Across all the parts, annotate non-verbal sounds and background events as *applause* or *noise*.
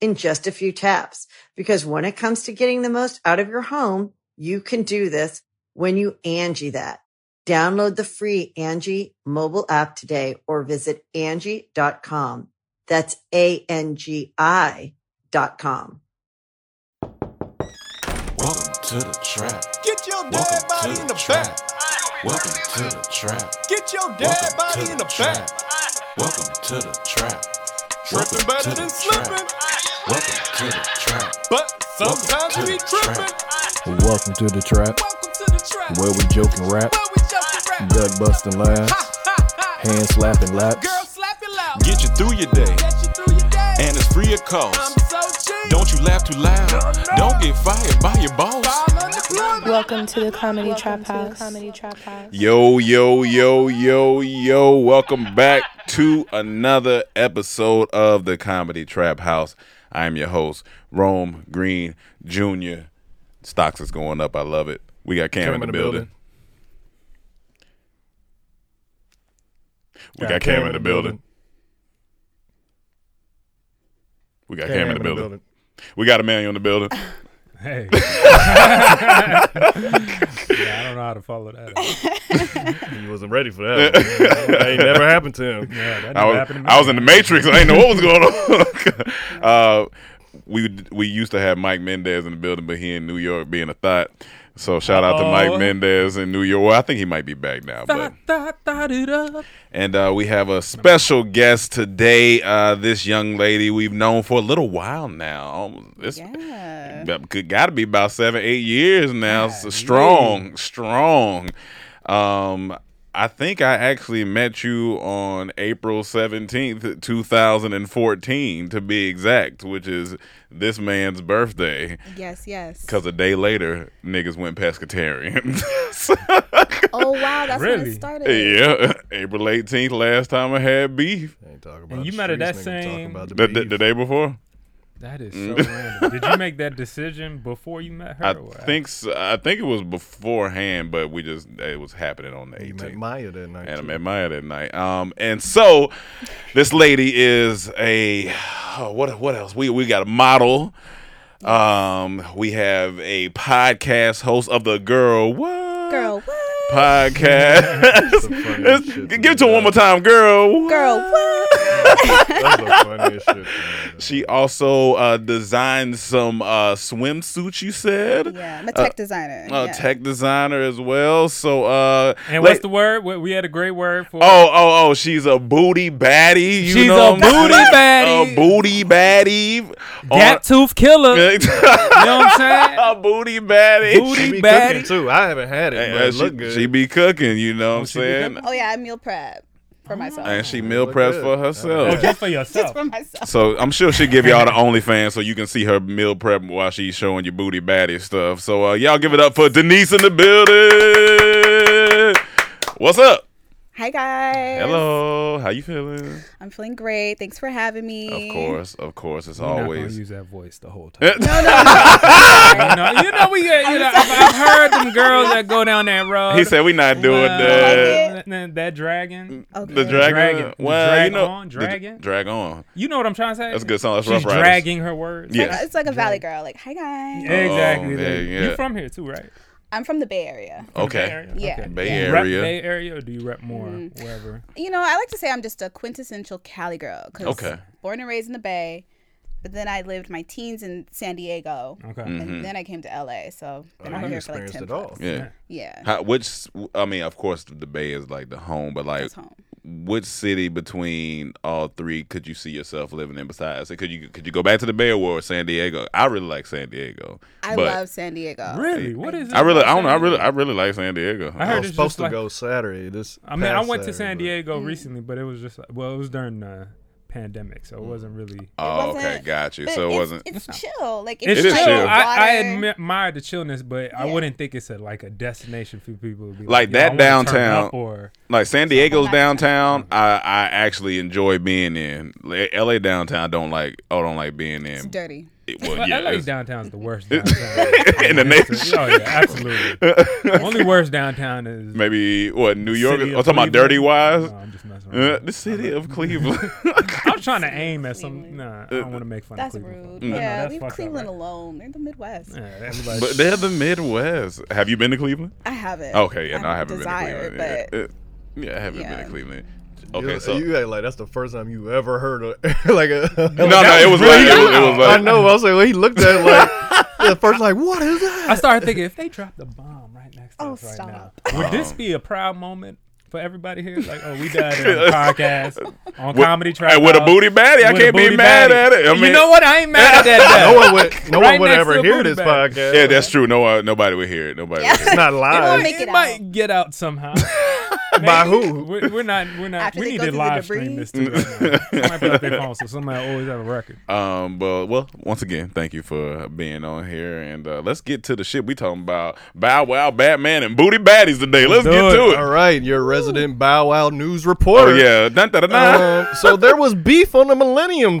in just a few taps. Because when it comes to getting the most out of your home, you can do this when you Angie that. Download the free Angie mobile app today or visit Angie.com. That's A-N-G-I dot com. Welcome to the trap. Get your dead Welcome body to in the the trap. back. Welcome to the trap. Get your Welcome dead to body in the trap. back. Welcome to the trap. Welcome Tripping to better the than trap. slipping, Welcome to the trap. but sometimes Welcome to we the tripping. trap. Welcome to the trap, Welcome to the trap. where we joke and rap, Where we just rap. gut busting laughs, hand slapping laps. Girl, slap it loud. Get you through your day, Get you through your day. and it's free of I'm cost. so cheap. Don't you laugh too loud. no. Don't get fired by your boss. All unemployment. *laughs* Welcome to the Comedy Trap House. comedy trap house. Yo, yo, yo, yo, yo. Welcome back to another episode of the Comedy Trap House. I'm your host, Rome Green Jr. Stocks is going up. I love it. We got Cam, in the, building. We got Cam in the building. We got Cam, in the building. We got a man in the building. Hey. yeah, I don't know how to follow that. *laughs* He wasn't ready for that. that ain't never happened to him. Yeah, that I never was, happened to me. I was in the Matrix. I didn't know what was going on. *laughs* *laughs* uh, we we used to have Mike Mendez in the building, but he in New York being a thought. So shout out to Mike Uh-oh. Mendez in New York. Well, I think he might be back now. But Thought, thought, thought it up. and uh, we have a special guest today. Uh, this young lady we've known for a little while now. Almost, it's got to be about seven, eight years now. So strong, strong. Um, I think I actually met you on April seventeenth, two thousand and fourteen, to be exact, which is this man's birthday. Yes, yes. Because a day later, niggas went pescatarian. *laughs* So- Oh wow, that's when Really? it started. yeah, April eighteenth, last time I had beef. Ain't talking about And you the met at that streets, nigga, talking same- about the, the the, beef. the day before That is so random. Did you make that decision before you met her? Mm. i or what? think so, i think it was beforehand but we just it was happening on the You met 18th Maya that *laughs* night. and i too. met maya that night um and so this lady is a oh, what what else we we got a model um we have a podcast host of the girl what Girl, what? podcast That's *laughs* the funniest shit give it to her one more man. time girl Girl, what? That's the funniest shit. man. she also uh, designed some uh, swimsuits. You said, Yeah, I'm a tech designer. uh, yeah. tech designer as well. So, uh, And la- what's the word? We, we had a great word for Oh, oh, oh! She's a booty baddie. You She's know a what I'm booty saying? baddie. A booty baddie. Gap tooth killer. you know what I'm *laughs* a booty baddie. Booty She be baddie. cooking too. I haven't had it, Hey, but uh, it look she, good. she be cooking. You know what I'm she be saying? Oh yeah, I meal prep for myself. And she meal look preps good. for Uh, herself. saying? Oh, just for Just yourself. for myself. *laughs* So I'm sure she'll give y'all the OnlyFans so you can see her meal prep while she's showing you booty baddie stuff. So uh, y'all give it up for Denise in the building. What's up? Hi guys. Hello. How you feeling? I'm feeling great. Thanks for having me. Of course, of course. It's You're not gonna always use that voice the whole time. *laughs* you, know, you know, we. get- You know, I've, I've heard them girls that go down that road. He said we not doing Well, that. that- that- that dragon. Okay. The dragon, Dragon. Well, Drag you know, on, the- dragon? drag on. You know what I'm trying to say? That's a good song. That's She's Rough Riders. dragging her words. Yeah. It's like a valley girl. Like, hi guys. Exactly. Oh, there. yeah, yeah. You from here too, right? I'm from the Bay Area. Bay Okay. Area? Yeah. Okay. Bay You rep Area. Bay Area, or do you rep more Mm. wherever? You know, I like to say I'm just a quintessential Cali girl. 'cause Okay. Born and raised in the Bay. but then I lived my teens in San Diego, Okay. Mm. Mm-hmm. and then I came to LA. So Oh, been out you here for like experienced ten it all. plus. Yeah. Yeah, How, which I mean, of course, the Bay is like the home, but like, that's home. which city between all three could you see yourself living in? Besides, could you could you go back to the Bay or or San Diego? I really like San Diego. I but love San Diego. Really? What is it? I really, I don't know. I really, I really like San Diego. I I heard was it's supposed just to like- go Saturday. This I mean, I past went to Saturday, San but- Diego Mm. recently, but it was just like, well, it was during the pandemic, Mm. so it wasn't really. oh, okay, wasn't- got you. But So it it's, wasn't. It's chill. Like It's, it's, It is like chill. chill. I, I water. admi- admire the chillness, but I Yeah. wouldn't think it's a like a destination for people to be Like like, that "Yo, I wanna turn downtown- up or like San Diego's downtown, I, I actually enjoy being in. L- L.A. downtown don't like. Oh, don't like being It's in. dirty. It- *laughs* well, Well, yeah, LA it's- downtown's *laughs* the worst downtown In the nation. Oh yeah, absolutely. the only worst downtown is *laughs* maybe what New York. City I'm of talking about Cleveland. dirty wise. No, I'm just messing Uh, around. the city of *laughs* Cleveland. *laughs* I'm trying to aim at some. Uh, Nah, I don't want to make fun That's of Cleveland. rude. I Mm-hmm. know, Yeah, that's leave fucked up, Cleveland right? alone. They're the Midwest. Yeah, everybody- but they're the Midwest. Have you been to Cleveland? I haven't. Okay, yeah, no, I haven't desire, been to Cleveland. But Yeah, uh, yeah, I haven't been yeah. to Cleveland. You- Okay, so you act like that's the first time you ever heard of *laughs* like a. no, *laughs* no, it was like it was, it was like I know. I was like, well, he looked at it like the first, like, what is that? I started thinking if they dropped the bomb right next to Oh, us right stop. now, would this be a proud moment for everybody here? Like, oh, we *laughs* died on a podcast on comedy Hey, track with a uh, booty baddie, I With a can't be booty mad baddie. at it. I mean, you know what? I ain't *laughs* mad at that. no one would, no Right one would next to ever a hear booty this bag. podcast. Yeah, that's true. No, uh, nobody would hear it. Nobody. Would hear it's it. not live. won't make it it might out. get out somehow. *laughs* By Maybe. who? We're, we're not. We're not. After we they need go to through the live debris? stream this. Too, right now. somebody put up their phone, so somebody always have a *laughs* record. *laughs* Um, but well, once again, thank you for being on here, and uh, let's get to the shit we talking about. Bow Wow, Batman, and booty baddies today. Let's Do get it. to it. All right, your resident Bow Wow news Oh reporter. *laughs* yeah, dun, dun, dun, dun. Um, so there was beef on the Millennium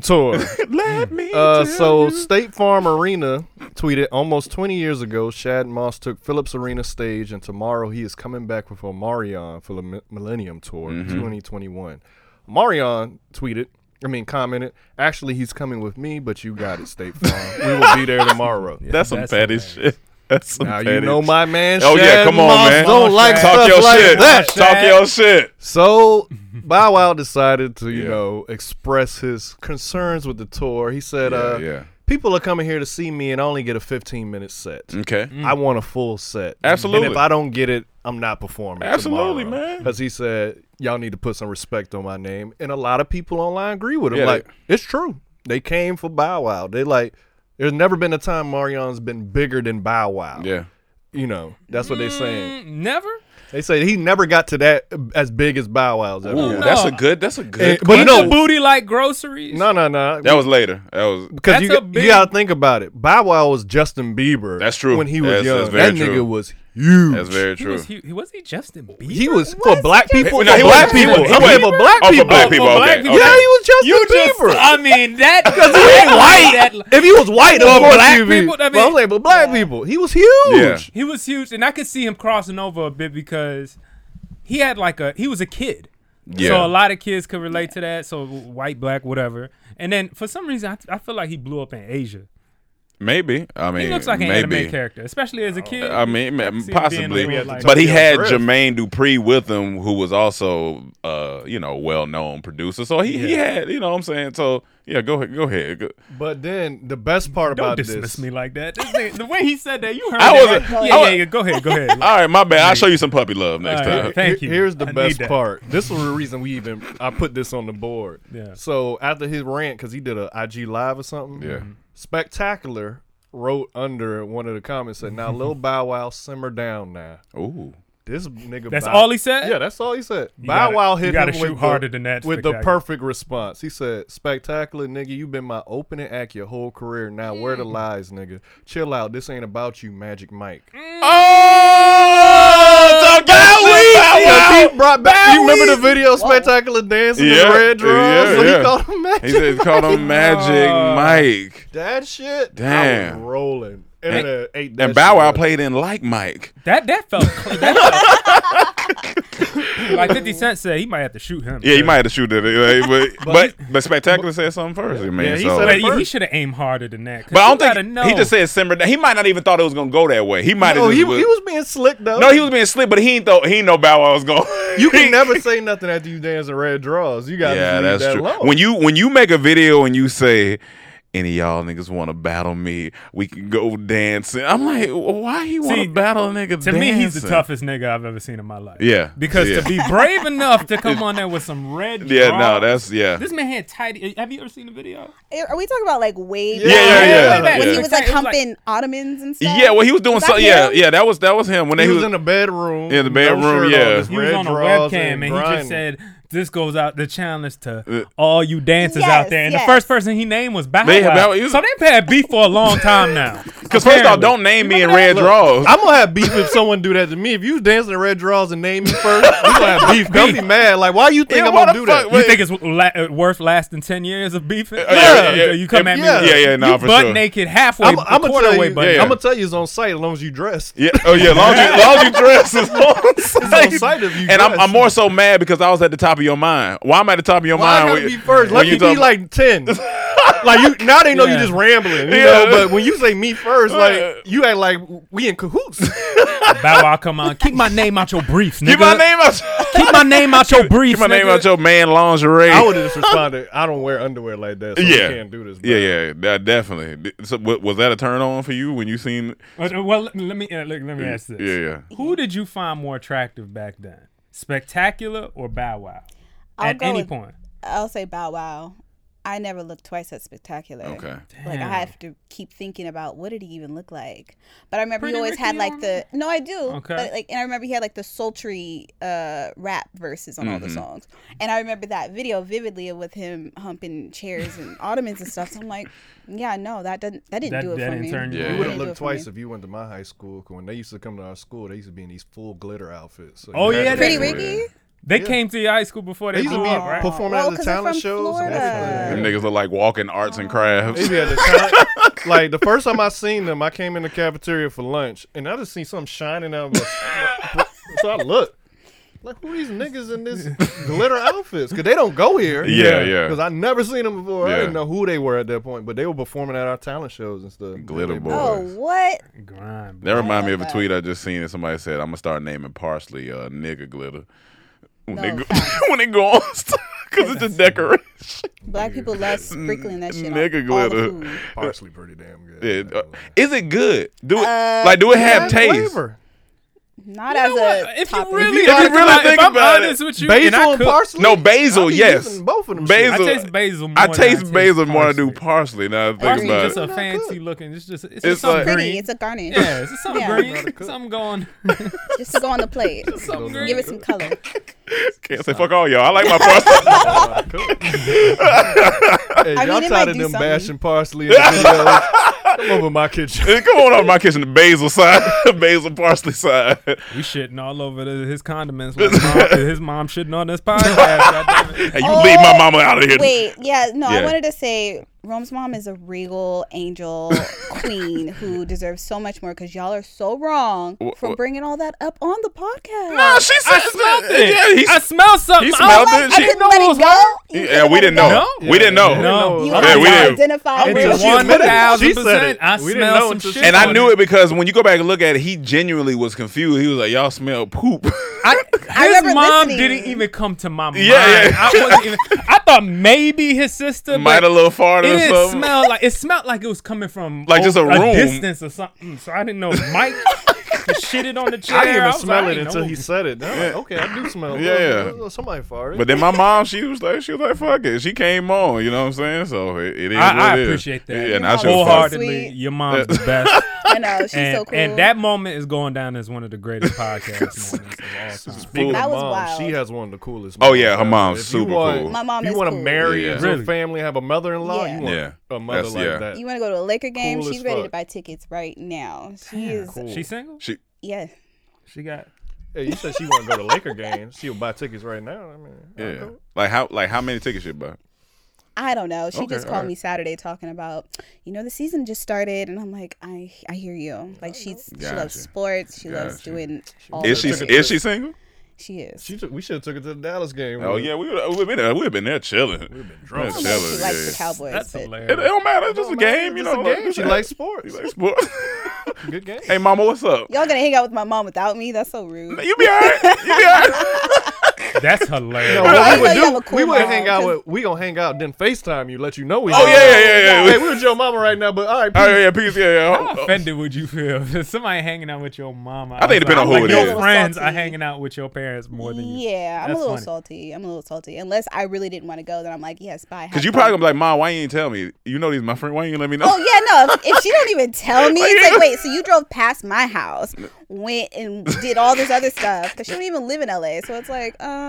*laughs* Tour. Let me. Uh, tell so you. State Farm Arena tweeted almost 20 years ago, Shad Moss took Phillips Arena stage, and tomorrow he is coming back with Omarion for the Mi- Millennium Tour Mm-hmm. 2021. Omarion tweeted, I mean commented, actually he's coming with me, but you got it, State Farm. we will be *laughs* there tomorrow. that's some That's petty hilarious. shit. *laughs* That's some Now you petty know my man. Oh yeah, Shad come on, Moss man. Don't like Shad. Talk stuff your like shit. that. Talk your shit. *laughs* So Bow Wow decided to, you Yeah. know, express his concerns with the tour. He said, Yeah, uh, yeah. people are coming here to see me and I only get a 15 minute set. Okay. I want a full set. Mm-hmm. Absolutely. And if I don't get it, I'm not performing. Absolutely, man. Because he said, y'all need to put some respect on my name. And a lot of people online agree with him. Yeah, they- like, it's true. They came for Bow Wow. They like, there's never been a time Marion's been bigger than Bow Wow. Yeah. You know, that's what they're saying. Mm, Never. They say he never got to that as big as Bow Wow's ever. Ooh, got. that's a good. That's a good. Eh, but but But no. no booty like groceries. No, no, no. that was later. That was. Because That's you, a big- you gotta think about it. Bow Wow was Justin Bieber. That's true. When he was That's- young, that's very that true. nigga was huge. That's very He true. was, he, he- was he Justin Bieber? He was Was for black Justin people. No, for he wasn't black people. Justin I'm saying Bieber? for black Oh, for people. black people. black Okay. people. okay. Yeah, he was Justin You just, Bieber. I mean that. *laughs* Because he ain't white. That, If he was white, For of course black he'd be- people, I mean- but I'm saying for black people, he was huge. Yeah. He was huge, and I could see him crossing over a bit because he had like a he was a kid, Yeah. so a lot of kids could relate to that. So white, black, whatever. And then for some reason, I, I feel like he blew up in Asia. Maybe. I mean, He looks like an maybe. anime character, especially as a kid. I mean, ma- can see it being possibly, a little like- but he had Drift. Jermaine Dupri with him, who was also, uh, you know, well-known producer. So he, he had, you know, what I'm saying. So yeah, go ahead, go ahead. Go- But then the best part Don't about dismiss this, me like that. This nigga- the way he said that, you heard. I it, wasn't- *laughs* right? I Yeah, wa- yeah, yeah. Go ahead, go ahead. All right, my bad. I'll show you some puppy love next All right. time. Thank you. Here's the I need best that. part. This was the reason we even I put this on the board. Yeah. So after his rant, because he did a IG live or something. Yeah. Mm-hmm. Spectacular wrote under one of the comments said, "Now *laughs* Lil Bow Wow, simmer down now." Ooh, This nigga. That's Bow- all he said? Yeah, that's all he said. Bow gotta- Wow you hit gotta him shoot with harder the, than that, with the Spectacular. perfect response. He said, "Spectacular nigga, you've been my opening act your whole career. Now where the lies, nigga? Chill out. This ain't about you, Magic Mike." Mm. oh, talk that shit, Bow Wow. He brought back. You remember the video, Whoa. Spectacular dancing in Yeah, the red drum? yeah, so yeah. he called him Magic. He said, called him Magic *laughs* Oh. Mike. that shit. I Damn. was rolling. Internet ate that And Bow shit Wow up. played in like Mike. That that felt, that felt *laughs* like Fifty Cent said he might have to shoot him. Yeah, he because- might have to shoot it, *laughs* uh, but but, but Spectacular said something first. I mean, Yeah, he so- said it But he, first. should have aimed harder than that. 'cause But I you don't gotta think know. he just said simmer down. He might not even thought it was gonna go that way. He might No, have. he, he just was- was being slick though. no, he was being slick, but he ain't thought he ain't know Bow Wow was going. *laughs* You can never say nothing after you dance in red draws. You gotta Yeah, just leave that's that true. alone. When you when you make a video and you say any of y'all niggas want to battle me? We can go dancing. I'm like, why he want See, to battle a nigga? To me, he's the dancing? toughest nigga I've ever seen in my life. Yeah, Because yeah. to be brave enough to come on there with some *laughs* red. Yeah, no, draws- that's yeah. This man had tidy. Have you ever seen the video? Eh, Are we talking about like way Yeah, back? yeah, yeah. Way back when Yeah. he was like It was like- humping ottomans and stuff? Yeah, well, he was doing Was that something. Yeah, him? yeah, that was that was him when He they was in the bedroom. Yeah, the bedroom, shirt yeah. just He was red on a drawers webcam and he just grinding. said, "This goes out the challenge to Uh, all you dancers Yes, out there." And yes. the first person he named was Bow They- Bow- Wow. he was- so they've had beef for a long *laughs* time now. because first off, Apparently. don't name me in red draws. I'm gonna have beef if someone do that to me. If you was dancing in red draws and name me first, you gonna have beef. *laughs* Don't be mad. Like, why you think Yeah, I'm why gonna the do fuck- that? You Wait. Uh, think it's la- uh, worth lasting ten years of beefing? yeah, yeah. You- You come at me. Yeah. with- Yeah, yeah, nah, you for butt sure. naked halfway, I'm, a I'm gonna quarter tell way you. butt. yeah. I'm gonna tell you, it's on site as long as you dress. Yeah. Oh yeah. Long *laughs* as you, long as you dress is on site. site if you and I'm, dress. I'm more so mad because I was at the top of your mind. Why am I at the top of your Why I mind? gotta when- be first? when Let you me be talk- *laughs* like ten. like you now they know Yeah. you just rambling. You Yeah. know, but when you say me first, Right. like you act like we in cahoots. *laughs* Bow Wow, come on, keep my name out your briefs, nigga. Get my name out. Keep my *laughs* name out your briefs. Get my name nigga. out your man lingerie. I *laughs* would have just responded, I don't wear underwear like that, so yeah. yeah. can't do this. Yeah, bro." yeah, that definitely. D- So, wa- was that a turn on for you when you seen? Uh, Well, let let me uh, look, let me ask this. Yeah, yeah. Who did you find more attractive back then? Spectacular or Bow Wow? I'll At go any with- point. I'll say Bow Wow. I never looked twice as spectacular. Okay. Like I have to keep thinking about what did he even look like. But I remember Pretty he always Ricky had like on- the no, I do. Okay. But like, and I remember he had like the sultry uh rap verses on all the songs. And I remember that video vividly with him humping chairs and ottomans and stuff. So I'm like, yeah, no, that doesn't that didn't That- do it that for didn't me. turn you Yeah. That on. You You didn't would do have it looked for me. twice if you went to my high school. 'cause when they used to come to our school, they used to be in these full glitter outfits. So Oh, you had yeah, to Pretty be- Yeah. Ricky. They came to your high school before They they used to *laughs* blew be up, right? performing Well, at 'cause the they're talent from shows. and Florida. everything. Them niggas look like walking arts and crafts. Maybe at the time, *laughs* like the first time I seen them, I came in the cafeteria for lunch, and I just seen something *laughs* shining out. Of my, so I looked, like who these niggas in this glitter outfits? Cause they don't go here. Yeah, yeah. Cause I never seen them before. I Yeah. didn't know who they were at that point, but they were performing at our talent shows and stuff. *laughs* Glitter boys. Oh, what? Grind. That remind me of a that. tweet I just seen that somebody said, I'm gonna start naming parsley uh nigga glitter. When they No, go *laughs* facts. when they go on because *laughs* it's a decoration. Black people love sprinkling that shit on Nigga all the glitter. *laughs* food. Parsley, pretty damn good. It- uh, Is it good? Do it Uh, like do it have Has Oh, taste? flavor. Not You know as what? a If you topping. really, If you if you really really think if I'm about it, honest with you, and I Basil and cook, parsley. No, basil, I be yes. using Both of them. I Basil. shit. taste basil more I than taste basil taste more than I do parsley. parsley. Now that I think Parsley's about just it. a Not fancy good. looking. It's just it's, It's just something like- pretty, green. it's a garnish. yeah, it's just something Yeah. green. something going. Just to go on the *laughs* plate. something green. Give it some color. Can't say fuck all y'all. I like my parsley. *laughs* *laughs* Hey, I mean, y'all it might tired of do them something. bashing parsley in *laughs* the videos? Come over my kitchen. Come on over my kitchen, the basil side, *laughs* basil parsley side. we shitting all over the, his *laughs* condiments. Like mom, his mom shitting on this podcast. *laughs* goddamn it. Hey, you leave my Oh, mama out of here. Wait, yeah, no, Yeah. I wanted to say Rome's mom is a regal angel *laughs* queen who deserves so much more because y'all are so wrong Wh- for wh- bringing all that up on the podcast. Nah, Ah, she said I smelled it. Yeah, he I smelled something. he I smelled was it. like, She- I didn't know it was her. You Yeah, couldn't we let didn't it go? know. We didn't know. No. You Yeah, are we not didn't. identified And with until it. she admitted it. thousand She said percent. it. I We didn't smelled know some until she shit. And I on knew it because when you go back and look at it, he genuinely was confused. He was like, "Y'all smell poop." *laughs* I, his remember mom listening. didn't even come to my mind. yeah. I, *laughs* wasn't even, I thought maybe his sister. Might a but little farted It or didn't something. smell like it smelled like it was coming from Like just over- a room. distance or something. Mm, So I didn't know *laughs* if Mike shitted on the chair. I didn't even was smell like, it I until know. he said it. Now I'm like, okay, I do smell. it. Yeah, yeah. Well, somebody farted. but then my mom, she was like, she was like, "Fuck it." She came on, you know what I'm saying? So it, it is. I, I what it is. appreciate that. Yeah, and I Your should mom have. was wholeheartedly. Sweet. *laughs* Your mom's the best, I know she's and, so cool. and that moment is going down as one of the *laughs* greatest podcast moments of all time. Speaking That of was mom, wild. she has one of the coolest. Oh, yeah, her moms ever. mom's If you super want- cool. My mom if is you want to cool. marry Yeah. into Really? a family, have a mother-in-law. Yeah. You want Yeah. a mother That's- like yeah. that. you want to go to a Laker game? Cool she's as ready to fuck. buy tickets right now. She is, She single? She, yeah. She got. Hey, you said she want to go to Laker games. She'll buy tickets right now. I mean, I'll yeah. go. Like how, like how many tickets you buy? I don't know. She Okay, just called alright. me Saturday talking about, you know, the season just started, and I'm like, I I hear you. Like she's she loves Gotcha. sports. She loves Gotcha. doing. All Is she the things. is she single? She is. She took, we should have took it to the Dallas game. Oh yeah, we would we've been there, we've been there chilling. We've been drunk. I don't know if Chilling, she likes the yeah. Cowboys. That's but It, it hilarious. don't matter. It's just a game, you It's know. a game. She likes sports. *laughs* She *laughs* likes sports. Good game. hey, mama, what's up? y'all gonna hang out with my mom without me? That's so rude. You be alright. You be alright. That's hilarious. No, I like what we would how you do, have a cool we would mom, hang out 'cause- with, we gonna hang out, then FaceTime you, let you know we. Oh, yeah, yeah, yeah, yeah. *laughs* Hey, we with your mama right now, but all right, Oh yeah, peace. yeah, peace. Yeah, yeah. How offended would you feel if somebody hanging out with your mama? I think it depend on who like, it your is. friends are Salty. hanging out with your parents more than you. Yeah, I'm a That's little funny. salty. I'm a little salty. Unless I really didn't want to go, then I'm like, yes, bye. Because have you fun. probably gonna be like, Mom, why you ain't tell me? You know these my friend. Why you ain't let me know? Oh yeah, no. If, if she don't even tell me, *laughs* Like, it's you- like, wait. So you drove past my house, went and did all this other stuff because she don't even live in LA. So it's like, um,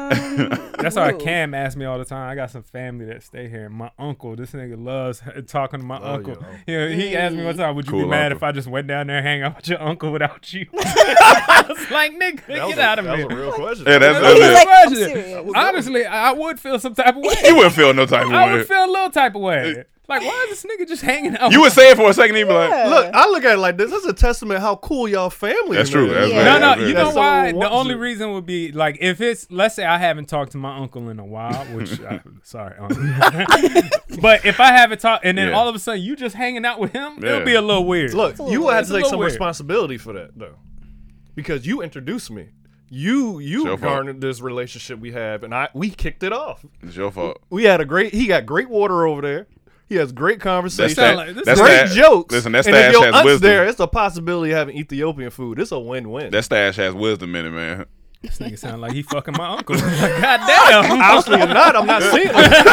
That's why woo. Cam asked me all the time. I got some family that stay here. My uncle, this nigga loves talking to my Love uncle. your uncle. Yeah, he asked me Mm. one time, "Would you be Oh, Cool mad uncle. if I just went down there and hang out with your uncle *laughs* without you?" *laughs* I was like, "Nigga, That was get a- out of that here." was *laughs* a real question. *laughs* Yeah, that's- That that's was it. a like, I'm question. serious. Honestly, I I would feel some type of way. *laughs* You wouldn't feel no type of I would way. feel a little type of way. Like, why is this nigga just hanging out? You would say it for a second, you'd be like, Look, I look at it like this. This is a testament how cool y'all family. That's is. true. That's Yeah. No, bad. no. That's You bad. know That's why? someone The wants only it. reason would be like if it's let's say I haven't talked to my uncle in a while, *laughs* which I, sorry, uncle. *laughs* but if I haven't talked, and then Yeah. all of a sudden you just hanging out with him, Yeah. it'll be a little weird. Look, you will have It's to a take little some weird. responsibility for that though, because you introduced me. You your you fault. garnered this relationship we have, and I we kicked it off. It's your fault. We had a great. He got great water over there. He has great That's conversation. sound that. like- this that's is- great that- jokes. Listen, that and if stash your has aunt's wisdom. there, it's a possibility of having Ethiopian food. It's a win-win. That stash has wisdom in it, man. This nigga sound like he fucking my *laughs* uncle. Like, God damn. Honestly, or not, I'm not seeing it.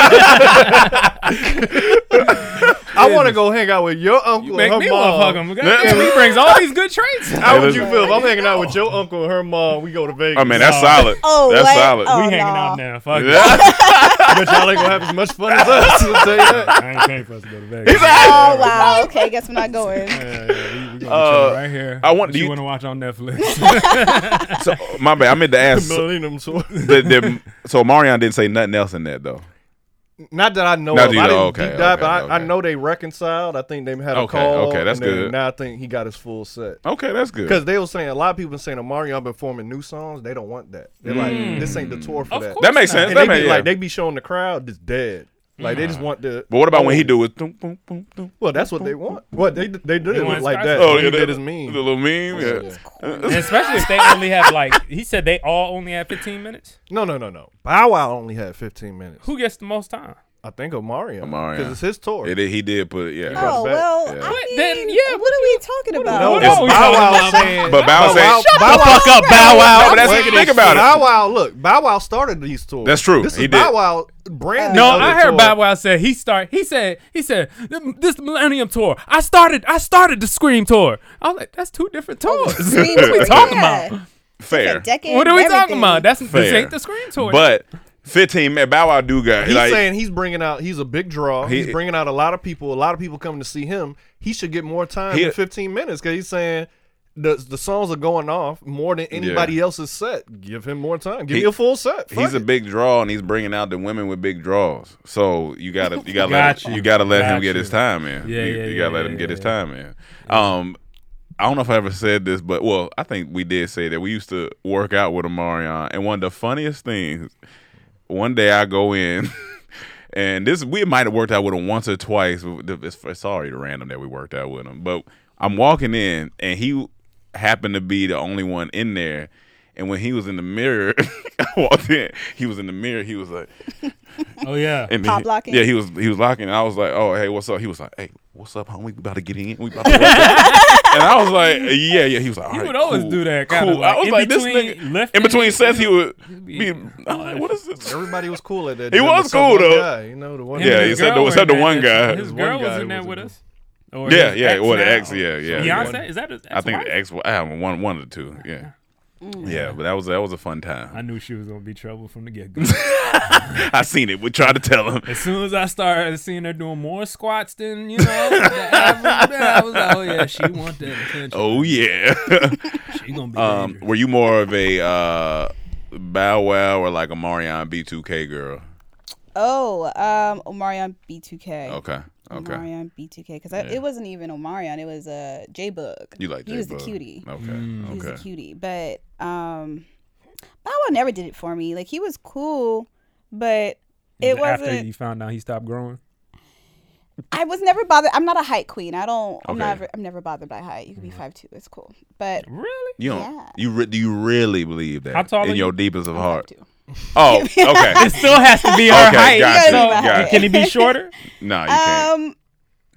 I want to go hang out with your uncle *laughs* Make and her me mom. want to fuck him. God damn, he brings all these *laughs* good traits. out. How Hey, would you listen. feel if I'm hanging out with your uncle and her mom? We go to Vegas. Oh man, that's solid. Oh, that's what? solid. Oh. we hanging out no. now. Fuck *laughs* it. Yeah. but y'all ain't gonna have as much fun as *laughs* us. I'll tell you that. I ain't came for us to go to Vegas. oh wow. Okay, guess we're not going. Yeah, yeah, we, we gonna be Uh, chilling right here. I want- What do you you- want to watch on *laughs* Netflix. So my bad. I *laughs* meant to ask. So, Millennium tour. the, the, so Marion didn't say nothing else in that though. Not that I know Not of. you I know, didn't okay, deep dive, okay, but I, I okay. know they reconciled. I think they had a Okay, call. okay, that's and then good. Now I think he got his full set. Okay, that's good. Because they were saying a lot of people been saying Omarion been forming new songs. They don't want that. They're like, this ain't the tour for Mm. Of that. course That makes not. sense. And That they makes be like, yeah. they be showing the crowd just dead. Like they just Mm-hmm. want the. But what about when he Oh, do it? Boom, boom, boom, boom. Well, that's what they want. What they they did it want like Skyfall. that. Oh, Oh, yeah, that- that is The mean. little meme. Yeah. And especially if they only have like he said they all only have 15 minutes. No, no, no, no. Bow Wow only had 15 minutes. Who gets the most time? I think Omarion. Omarion. Because it's his tour. It, he did put it. Yeah. Oh back. well. Yeah. I What? mean, Then, yeah, What are we talking about? No, What it's are we Bow talking Wow about? saying. But Bow said, "Shut Bow the Wow- fuck up, Bow Wow." But that's think about it. Bow Wow, look, Bow Wow started these tours. That's true. This He is did. Bow Wow brand. No, new I heard tour. Bob Wow said he start. He said he said this Millennium Tour. I started. I started the Scream Tour. I was like, that's two different Oh, tours. Scream *laughs* what are we tour, talking yeah. about? Fair. Decade, What are we talking everything. about? That's this Fair. ain't the Scream Tour. But 15 man, Bow Wow do got He's like saying he's bringing out. He's a big draw. He- he's bringing out a lot of people. A lot of people coming to see him. He should get more time He- than 15 minutes because he's saying the the songs are going off more than anybody else's set. Give him more time. Give He- me a full set. Fuck he's a it. big draw and he's bringing out the women with big draws. So you gotta you gotta let, Got you. you. gotta let him Got get you. his time in. Yeah, you, yeah, you yeah, gotta let yeah, him get his yeah, time in. Um, I don't know if I ever said this, but well, I think we did say that we used to work out with Omarion, and one of the funniest things. One day I go in. *laughs* And this we might have worked out with him once or twice. It's, it's already random that we worked out with him. But I'm walking in, and he happened to be the only one in there. And when he was in the mirror, *laughs* I walked in. He was in the mirror. He was like, oh yeah, and Pop he- locking? Yeah, he was he was locking. And I was like, oh hey, what's up? He was like, hey, what's up, homie? We about to get in. We about to. *laughs* work out." and I was like, yeah, yeah. He was like, all he right, would always cool, do that. Kind cool. of like, I was in like, this between nigga. lifting, In between sets, he would be- be. I'm like, what is this? Everybody was cool at that. He gym was except cool, one though. guy, you know the one. him Yeah, and he his said girl there was- were said the in one there. guy. His His girl one was guy in there was with in us. Or Yeah, his yeah. Well, the now. ex, yeah, yeah. Beyonce is that his ex? I think the ex. I have one, one of the two. Yeah. Mm. Yeah, but that was that was a fun I time. knew she was gonna be trouble from the get go. I seen it. We tried to tell him. As soon as I started seeing her doing more squats than you know, the average man, I was like, "Oh yeah, she want that attention. Oh *laughs* yeah. She gonna be um, dangerous." were you more of a uh, Bow Wow or like a Marion B2K girl? Oh, um, Omarion B2K. Okay. Okay. Omarion B2K because it wasn't even Omarion. It was uh, J Bug. You like He was the J-Bug. cutie. Okay. Mm. He was Okay. a cutie, but um, Bow Wow never did it for me. Like he was cool, but it after wasn't. you found out he stopped growing. I was never bothered. I'm not a height queen. I don't. I'm Okay. never. I'm never bothered by height. You can be five two. It's cool. But Really? You don't, Yeah. you re- do you really believe that How tall in are your you? deepest of I'm heart? 5'2". Oh, *laughs* okay. It still has to be her Okay, height. gotcha, so gotcha. *laughs* can it be shorter? no, you can't. Um,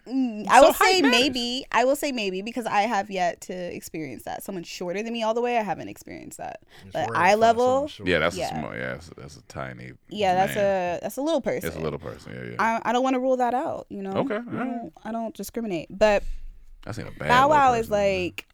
mm, I So will height say matters. maybe. I will say maybe because I have yet to experience that. Someone shorter than me all the way, I haven't experienced that. rare But to find eye someone level, short. Yeah, that's a Um, yeah. small. Yeah, that's, that's a tiny. yeah, that's man. a that's a little person. It's a little person. Yeah, yeah. I, I don't want to rule that out. You know. Okay, I all right. don't, I don't discriminate, but I seen a bad. Bow little Wow is person, man. like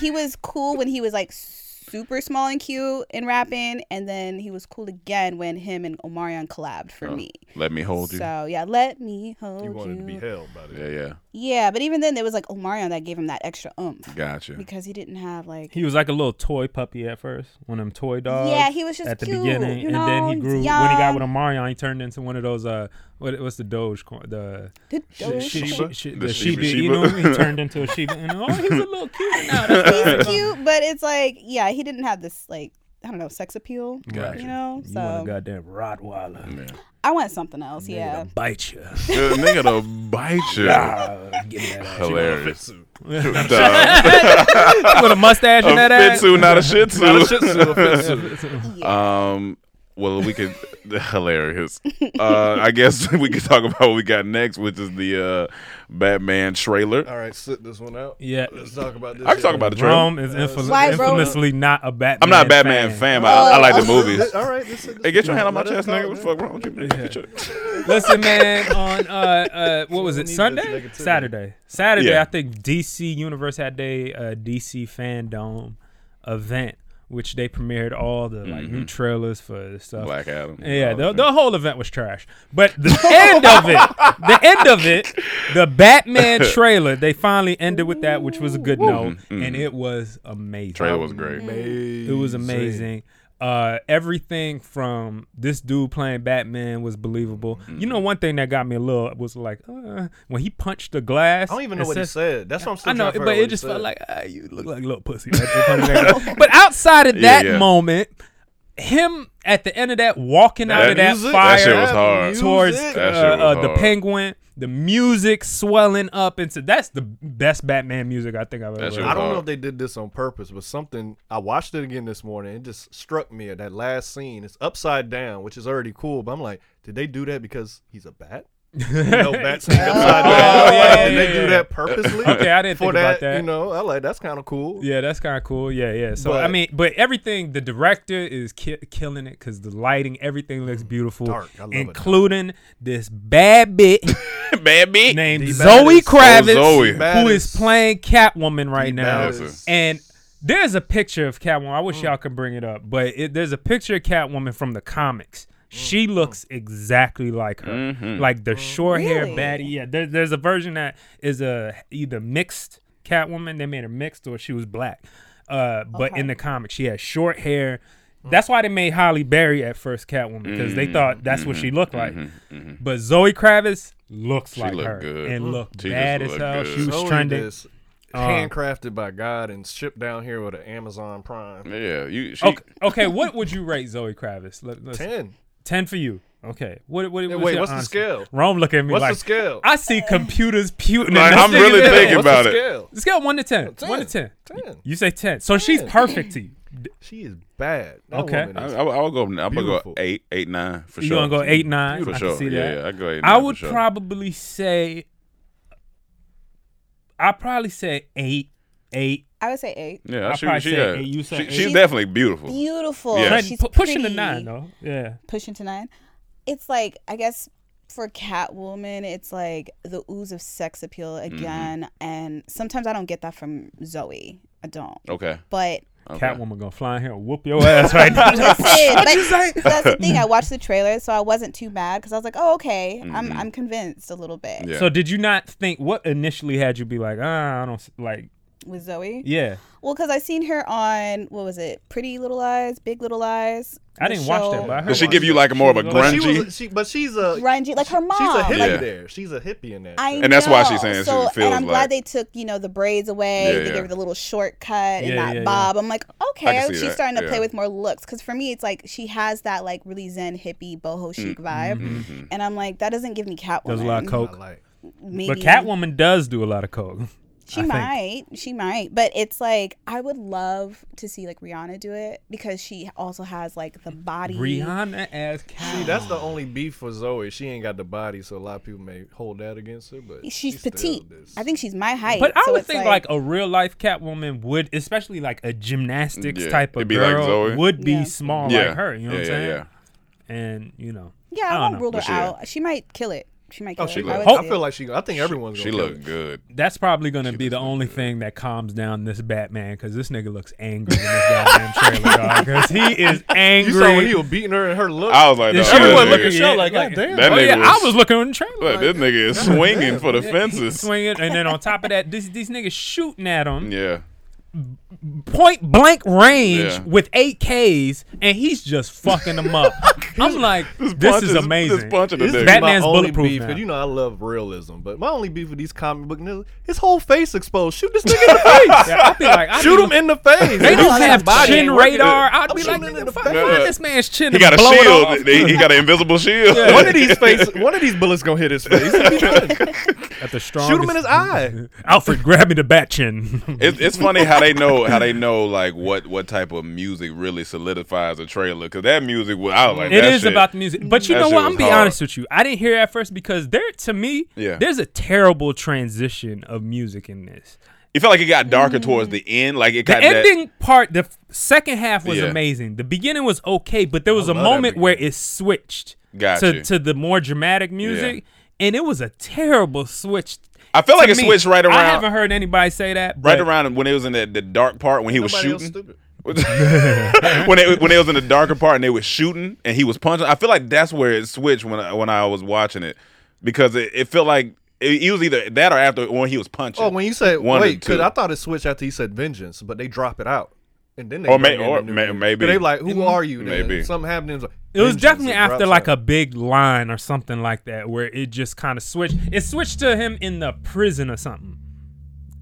he was cool when he was like super small and cute and rapping, and then he was cool again when him and Omarion collabed for Oh, me. Let me hold you. So yeah, let me hold You you. wanted to be held by Yeah, the yeah. Yeah, but even then, there was like Omarion that gave him that extra oomph Gotcha. because he didn't have like. He was like a little toy puppy at first, one of them toy dogs. yeah, he was just at the cute, beginning, you and then he know, grew. When he got young. with Omarion, he turned into one of those. Uh, what, what's the Doge? coin- The The Doge Shi- coin. Shi- Shi- The the Shiba Shiba Inu. Shiba. He *laughs* turned into a Shiba Inu. Oh, he's a *laughs* little cute now. *laughs* He's cute, but it's like yeah, he didn't have this like I don't know sex appeal, Gotcha. you know. You want a So goddamn Rottweiler? Yeah. I want something else. Yeah, Nigga to bite you. *laughs* The nigga to bite you. give *laughs* me that. Hilarious. *laughs* *laughs* ass. With a mustache and that a ass. fitsu, not a shih tzu. Not a shih tzu, a fitsu. Um, well, we could *laughs* hilarious. Uh, I guess *laughs* we could talk about what we got next, which is the uh, Batman trailer. All right, sit this one out. Yeah. Let's talk about this. I can talk about the trailer. Rome is infam- Why Rome- infamously not a Batman. I'm not a Batman fan, but I, I like the movies. All right, this is Hey, get your hand on my Let us chest, talk, nigga. What the man. fuck wrong with you? Get your- Listen, man, on uh, uh what was We it? need this Sunday, negativity. Saturday, Saturday. Yeah. I think DC Universe had a uh, DC fandom event, which they premiered all the like new trailers for the stuff. Mm-hmm. Black Adam. Yeah, All the, that. the whole event was trash. But *laughs* the end of it, the end of it, *laughs* the Batman trailer, they finally ended with that, which was a good note, and it was *laughs* amazing. Mm-hmm. trailer was great. It was amazing. Uh, everything from this dude playing Batman was believable. Mm-hmm. You know, one thing that got me a little was like uh, when he punched the glass. I don't even know and what he says- said. That's what I'm I still know, trying to but figure out it what just he felt said. like ah, you look like a little pussy. right there in front of *laughs* that. but outside of Yeah, that yeah. moment, him at the end of that walking out of that music- fire That shit was hard. towards music. uh, That shit was uh, the hard. penguin, the music swelling up into that's the best Batman music I think I've ever. That shit heard. I don't hard. know if they did this on purpose, but something I watched it again this morning. It just struck me at that last scene. It's upside down, which is already cool, but I'm like, did they do that because he's a bat? You *laughs* know, bats hang *laughs* upside down. Oh, I'm like, yeah, did they yeah, do yeah. that purposely? Okay, I didn't for think about that. You know, I like that's kind of cool. Yeah, that's kind of cool. Yeah, yeah. So I But- mean, but everything the director is ki- killing it because the lighting, everything looks beautiful, Mm, Dark, I love it. including this bad bitch Bad bitch. named The Zoe baddest. Kravitz, Oh, Zoe. who is Baddest. playing Catwoman right now. baddest. And there's a picture of Catwoman. I wish y'all could bring it up, but it, there's a picture of Catwoman from the comics. She looks exactly like her, like Mm. the short hair Really? baddie. Yeah, there, there's a version that is a either mixed Catwoman. They made her mixed, or she was black. Uh, but in the comics, she had short hair. That's why they made Holly Berry at first Catwoman because they thought that's what she looked like. But Zoe Kravitz looks like looked her good. and looked She just bad as looked hell. good. She was Mm-hmm. Zoe trending. Uh, is handcrafted by God and shipped down here with an Amazon Prime. Yeah, you. She, Okay, *laughs* okay, what would you rate Zoe Kravitz? Let, us Ten. 10 for you. Okay. What, what, what's wait, your what's the honest- scale? Rome look at me What's the like, scale? I see computers puting. Like, in this I'm nigga's really head. thinking What's the about it. scale? Scale 1 to 10. 10. 1 to 10. 10. You say 10. So she's perfect to you. She is bad. That Okay. woman I, is- I, I'll go. I'm gonna go Beautiful. eight, eight, nine for you sure. going to go 8, 9. For I sure. can see yeah, that. yeah. I go eight. I nine would for sure. probably say, I probably say 8, 8. I would say eight. Yeah, I'd she, probably she, say had- eight. You said she- eight. she's definitely beautiful. Beautiful. Yeah. But She's pu- pushing the pretty. 9, though. Yeah. Pushing to nine. It's like I guess for Catwoman, it's like the ooze of sex appeal again, and sometimes I don't get that from Zoe. I don't. Okay. But Catwoman going to fly in here and whoop your ass right *laughs* now. *laughs* Listen, but that's the thing. I watched the trailer, so I wasn't too mad because I was like, "Oh, okay, I'm I'm convinced a little bit Yeah. So did you not think what initially had you be like, ah, I don't s- like, with Zoe." yeah, Well, because I seen her on what was it, Pretty Little Lies, Big Little Lies. I the didn't watch show. that, but I heard Does she give you like a more of a But But she grungy? was, she, but she's a grungy, like her mom. she's a hippie Like, Yeah. there. She's a hippie in that. I And that's why know. she's saying so, she feels And I'm like- glad they took you know the braids away. Yeah, they yeah. gave her the little shortcut and Yeah, that yeah, yeah. bob. I'm like, okay, see she's that, starting to yeah. play with more looks. Because for me, it's like she has that like really zen hippie boho chic Mm-hmm. vibe, and I'm like, that doesn't give me Catwoman. does a lot of I coke, like. Maybe. but Catwoman does do a lot of coke. She I think. might. She might. But it's like I would love to see like Rihanna do it because she also has like the body. Rihanna as See, Catwoman. that's the only beef for Zoe. She ain't got the body, so a lot of people may hold that against her. But She's she still petite. this- I think she's my height. But I so would it's think like, a real life Catwoman would, especially like a gymnastics Yeah, type it'd of be like girl, Zoe. would be Yeah. small yeah. like her. You know yeah, what I'm yeah, saying? yeah. And you know, yeah, I don't won't know. rule her But she- out. She might kill it. She might kill Oh, she it. look. would I see feel it. like she. I think everyone's She gonna. kill looked her. good. that's probably gonna be the only thing that calms down this Batman because this nigga looks angry in this goddamn trailer because he is You saw when angry. he was beating her and her look. I was like, Yeah, no, she was that everyone nigga- looking at yeah, Shell like, like, God *laughs* damn. that Oh, nigga yeah, I was- was looking in the trailer. Look, this nigga *laughs* is swinging for the He's fences. swinging, and then on top of that, these these niggas shooting at him Yeah, point blank range Yeah. with eight Ks, and he's just fucking them *laughs* up. I'm like, this, punch is amazing. This punch of the This is nigga. Batman- my Batman's only bulletproof beef, now. *laughs* because you know I love realism, but my only beef with these comic book niggas, his whole face exposed. Shoot *laughs* this nigga in the face. Yeah, I'd be like, I'd Shoot be- him in the face. They If you don't see have his body chin ain't working, radar. I'd I'm be like, shooting it in nigga, the fuck, face. find this man's chin. he and got a blow it off. shield. He, he got an invisible shield. one of these face, one of these bullets gonna hit his face. It'll *laughs* be done. At the strongest. *laughs* Shoot him in his eye. *laughs* Alfred, grab me the bat chin. *laughs* It, *laughs* it's funny how they know how they know like what what type of music really solidifies a trailer because that music was I was like It that is shit. about the music, but you That know shit what? I'm was gonna be hard. honest with you. I didn't hear it at first because there, to me, Yeah. there's a terrible transition of music in this. It felt like it got darker towards the end. Like it Mm. The got ending part, the f- second half was Yeah. amazing. The beginning was okay, but there was a love that moment where beginning. it switched Gotcha. to, to the more dramatic music, and it was a terrible switch. That, I felt like to it me. switched right I around, haven't heard anybody say that. right but around when it was in the, the dark part when he was Somebody else shooting. *laughs* stupid. when they when they was in the darker part and they was shooting and he was punching, I feel like that's where it switched when I, when I was watching it because it, it felt like it, it was either that or after when he was punching. Oh, when you said One or wait, because two. I thought it switched after he said vengeance, but they drop it out, and then they Or may- bring in or the new may- dude. maybe. they like, who are you? Maybe. Maybe something happened. It was, like, It was vengeance, definitely it after drops like a out. big line or something like that, where it just kind of switched. It switched to him in the prison or something.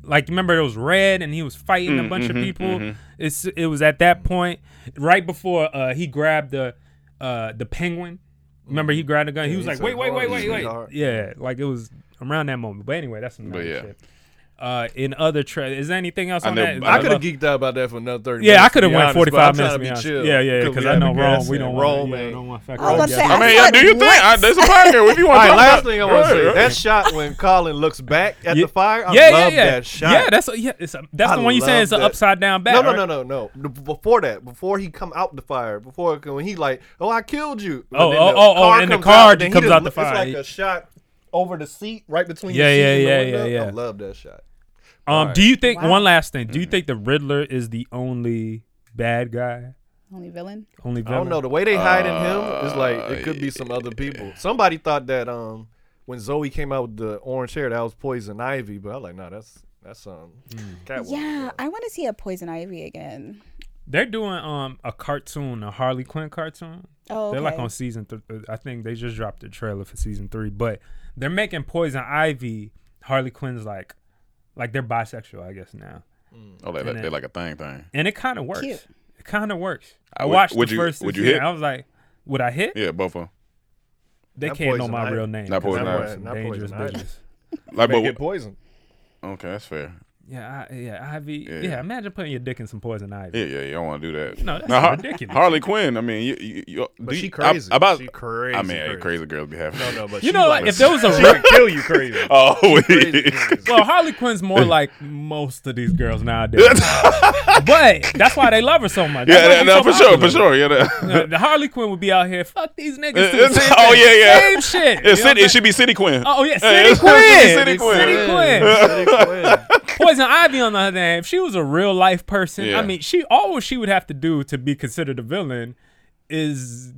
Like remember it was red and he was fighting Mm, a bunch mm-hmm, of people. It's it was at that point right before uh, he grabbed the uh, the penguin. Remember he grabbed the gun. he was he like, said, wait, wait, "Oh, wait, this wait, is wait. hard. Yeah, like it was around that moment. But anyway, that's some But nice yeah. shit. Uh, in other tra- is there anything else I on know- that? I I love- could have geeked out about that for another thirty. Yeah, I minutes, to could have be went honest, forty but I'm five minutes. To trying to be be honest. chill. Yeah, yeah, because we I have know to wrong. guess We and don't roll, want. Yeah, man. don't want to fuck I was up. about to say, I I mean, yeah, saw do your it thing. I, once. that's a podcast. If you *laughs* All want to right, talk last about- thing I want to say. Right, That right. shot when Colin looks back at Yeah. the fire, I yeah, love yeah, yeah. that shot. Yeah, that's yeah, it's a, that's I the one you saying love is an that. upside down bat. No, no, right? no, no, no. The- Before that, before he come out the fire, before when he like, oh, I killed you. Oh, And then oh, the oh, oh, car and the comes car then he comes just out the look- fire. It's like a shot over the seat, right *laughs* between. Yeah, the yeah, seat yeah, and the yeah, yeah. window. I love Mm-hmm. that shot. Um, Alright. do you think Wow. one last thing? Do you think the Riddler is the only bad guy? Only villain. Only I villain? don't know. The way they hiding him is like it could be some other people. Somebody thought that um when Zoe came out with the orange hair that was poison ivy, but I like no, that's that's um Catwoman. Yeah, I want to see a Poison Ivy again. They're doing um a cartoon, a Harley Quinn cartoon. Oh, They're like okay. on season. Th- I think they just dropped the trailer for season three, but they're making Poison Ivy. Harley Quinn's like, like they're bisexual, I guess now, Oh, they, then- they like a thing thing. and it kind of works. Cute. It kind of works. I Would- watched would the you- first. would season, you hit? I was like, would I hit? Yeah, both of them. They Not can't know Poison my Ivy. real name. Not 'cause Poison I'm Ivy. some Not Poison dangerous Ivy. business. Like, May but get poison. okay, that's fair. Yeah, I, yeah, Ivy. Yeah. Yeah. imagine putting your dick in some poison ivy. Yeah, yeah, you don't want to do that. No, that's Har- ridiculous. Harley Quinn. I mean, you, you, you But do she you- crazy. I, about, She crazy, I mean, hey, crazy. crazy girls be having. *laughs* No, no, but You she know, like, if there was a she rip- would kill you crazy. *laughs* Oh, Crazy, we- crazy. Well, Harley Quinn's *laughs* more like most of these girls nowadays, but that's why they love her so much. That's why yeah, she's no, so for sure, for popular. sure. Yeah, that- *laughs* Uh, The Harley Quinn would be out here, fuck these niggas. doing the It's- same *laughs* oh thing. yeah, yeah. same shit. It's You know what City, I'm it should be City Quinn. Oh yeah, Yeah, *laughs* City it's supposed to be Quinn. City Quinn. City Quinn. City Quinn. Poison Ivy, on the other hand, if she was a real life person, Yeah. I mean, she all she would have to do to be considered a villain is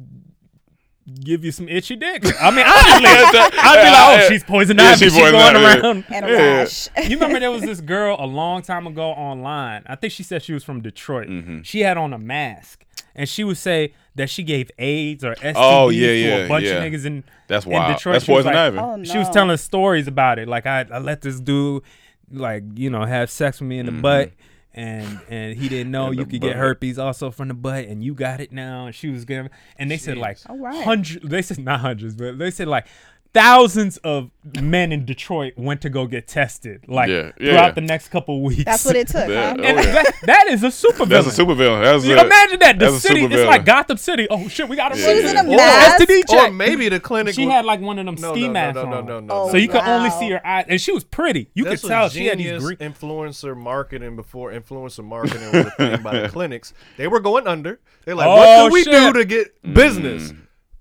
give you some itchy dick. I mean, *laughs* honestly, I'd be like, oh, she's Poison *laughs* Yeah, Ivy. she She's Poison going Ivy. *laughs* around. And a Yeah. rash. *laughs* You remember there was this girl a long time ago online. I think she said she was from Detroit. Mm-hmm. She had on a mask, and she would say that she gave AIDS or STD Oh, yeah, to yeah, a bunch yeah. of niggas in That's in wild. Detroit. That's She was Poison like, Ivy. Oh no. she was telling stories about it. Like I, I let this dude, like you know, have sex with me in the butt, and and he didn't know Mm-hmm. In you the could get butt. herpes also from the butt, and you got it now. And she was giving, and they said like All right. hundred. They said not hundreds, but they said like thousands of men in Detroit went to go get tested, like Yeah, yeah. throughout the next couple weeks. That's what it took. Yeah, huh? oh, And yeah. that, *laughs* that is a super That's a supervillain. That's a, Imagine that the that's a city. It's supervillain. like Gotham City. Oh shit, we got a She person. was in a Oh, mask? STD Or check. maybe the clinic. She was- had like one of them no, ski no, masks no, no, on. no, no, Oh, no. So you no. could only Wow. see her eyes, and she was pretty. You This could was tell she had these genius green. influencer marketing before influencer marketing was a *laughs* thing by the clinics. They were going under. They're like, Oh, what can we shit. Mm. do to get business?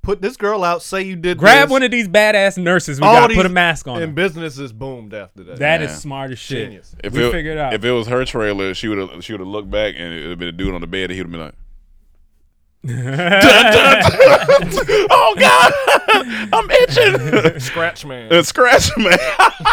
Put this girl out. Say you did. Grab this. one of these badass nurses. We All gotta put a these- mask on. And Them. businesses boomed after that. That is Yeah. smart as shit. Genius. If we it, figured out. If it was her trailer, she would have she would have looked back and it would have been a dude on the bed and he would have been like *laughs* Oh god I'm itching *laughs* Scratch man. Uh, Scratch man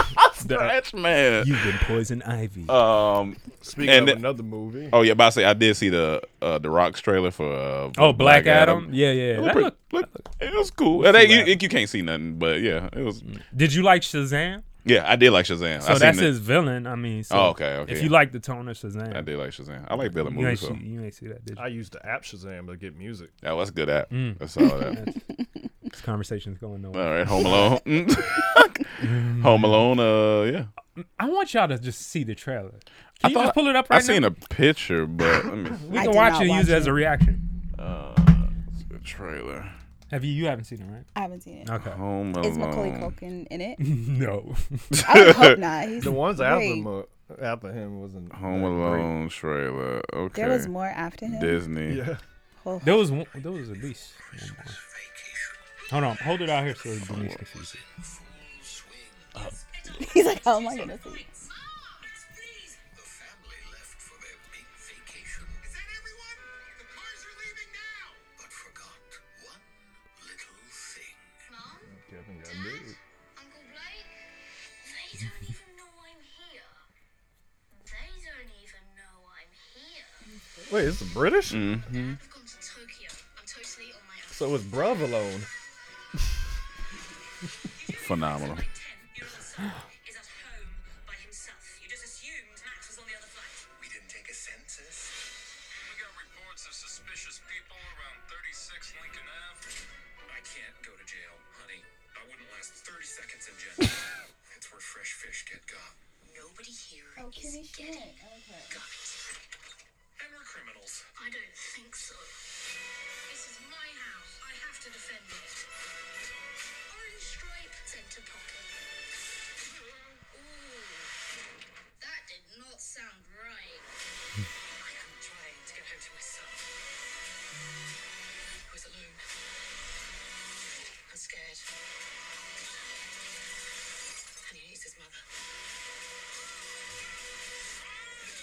*laughs* Scratch man You've been poison ivy. Um Speaking and of th- another movie. Oh yeah, but I say I did see the uh, the Rock's trailer for uh, for oh, Black, Adam. Yeah, yeah. It, that looked pretty- look- looked- it was cool. And they- you, you can't see nothing, but yeah, it was. did you like Shazam? Yeah, I did like Shazam. I Mm. So seen that's it. his villain. I mean, so Oh, okay, okay. If you like the tone of Shazam, I did like Shazam. I like villain you ain't, movies. So. see, you ain't see that. Did you? I used the app Shazam to get music. Yeah, that's good at. Mm. That's all *laughs* that. This conversation's going nowhere. all right, Home Alone. *laughs* Mm. Home Alone. Uh, yeah. I want y'all to just see the trailer. Can I you thought just pull it up right I seen now? a picture, *laughs* but let me we I can did watch not it and watch use it as it. a reaction. the trailer. Have you? You haven't seen it, right? I haven't seen it. Okay. Home Alone. Is Macaulay Culkin in it? *laughs* No. I would hope not. He's The ones after, great. him, uh, after him wasn't. Home that great. Alone trailer. Okay. There was more after him. Disney. Yeah. Oh, there was one, there was at least. One more. Hold on. Hold it out here so Denise can see. it. *laughs* He's like, oh my goodness. Wait, it's British? I've gone to Tokyo. I'm totally on my own. So it's Bruv alone. Phenomenal. My 10-year-old son is at home by himself. You just assumed Max was on the other flight. We didn't take a census. We got reports of suspicious people around 36 Lincoln Ave. I can't go to jail, honey. I wouldn't last 30 seconds in jail. That's where fresh fish get got. Nobody here is getting got. And we're criminals. I don't think so. This is my house. I have to defend it. Orange stripe, centre pocket. Ooh, that did not sound right. I am trying to get home to my son. I was alone. And scared. And he needs his mother. This is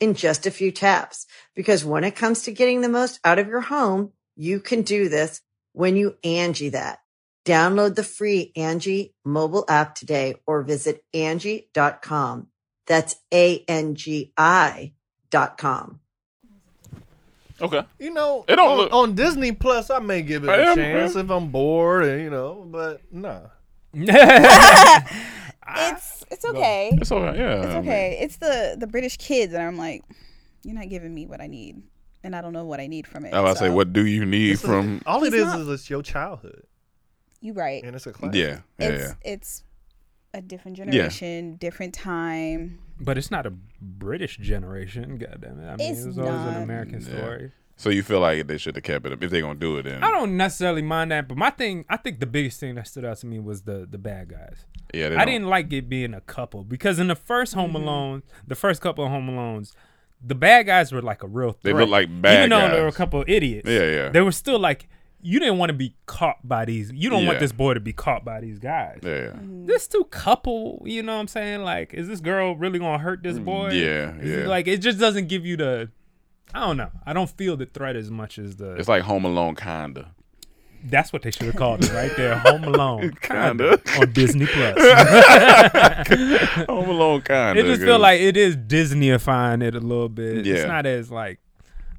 in just a few taps. Because when it comes to getting the most out of your home, you can do this when you Angie that. Download the free Angie mobile app today or visit Angie.com. That's A-N-G-I dot com. Okay. You know, It don't on, look- on Disney Plus, I may give it I a am, chance yeah. if I'm bored, and, you know, but nah. It's Ah. it's okay. It's okay. Yeah. It's okay. It's the the British kids, and I'm like, you're not giving me what I need, and I don't know what I need from it. I was about to say, so- what do you need *laughs* from? All it He's is not- is it's your childhood, You right? and it's a classic. Yeah. Yeah. it's yeah. it's a different generation, different time. *laughs* But it's not a British generation. God damn it! I mean, It's it was always not. an American story. So you feel like they should have kept it up if they're gonna do it? Then I don't necessarily mind that, but my thing, I think the biggest thing that stood out to me was the the bad guys. Yeah, they I don't- didn't like it being a couple because in the first Home Alone, the first couple of Home Alones, the bad guys were like a real They threat. looked like bad even though guys. there were a couple of idiots. Yeah, yeah. *laughs* They were still like you didn't want to be caught by these. You don't Yeah. want this boy to be caught by these guys. Yeah, yeah. This two couple, you know what I'm saying? Like, is this girl really gonna hurt this boy? Mm, Yeah, Is it yeah. like it just doesn't give you the. I don't know. I don't feel the threat as much as the. It's like Home Alone, *laughs* kinda. That's what they should have called it right there. Home Alone. *laughs* Kinda. On Disney Plus. *laughs* Home Alone, kinda. It just feel like it is Disneyifying it a little bit. Yeah. It's not as like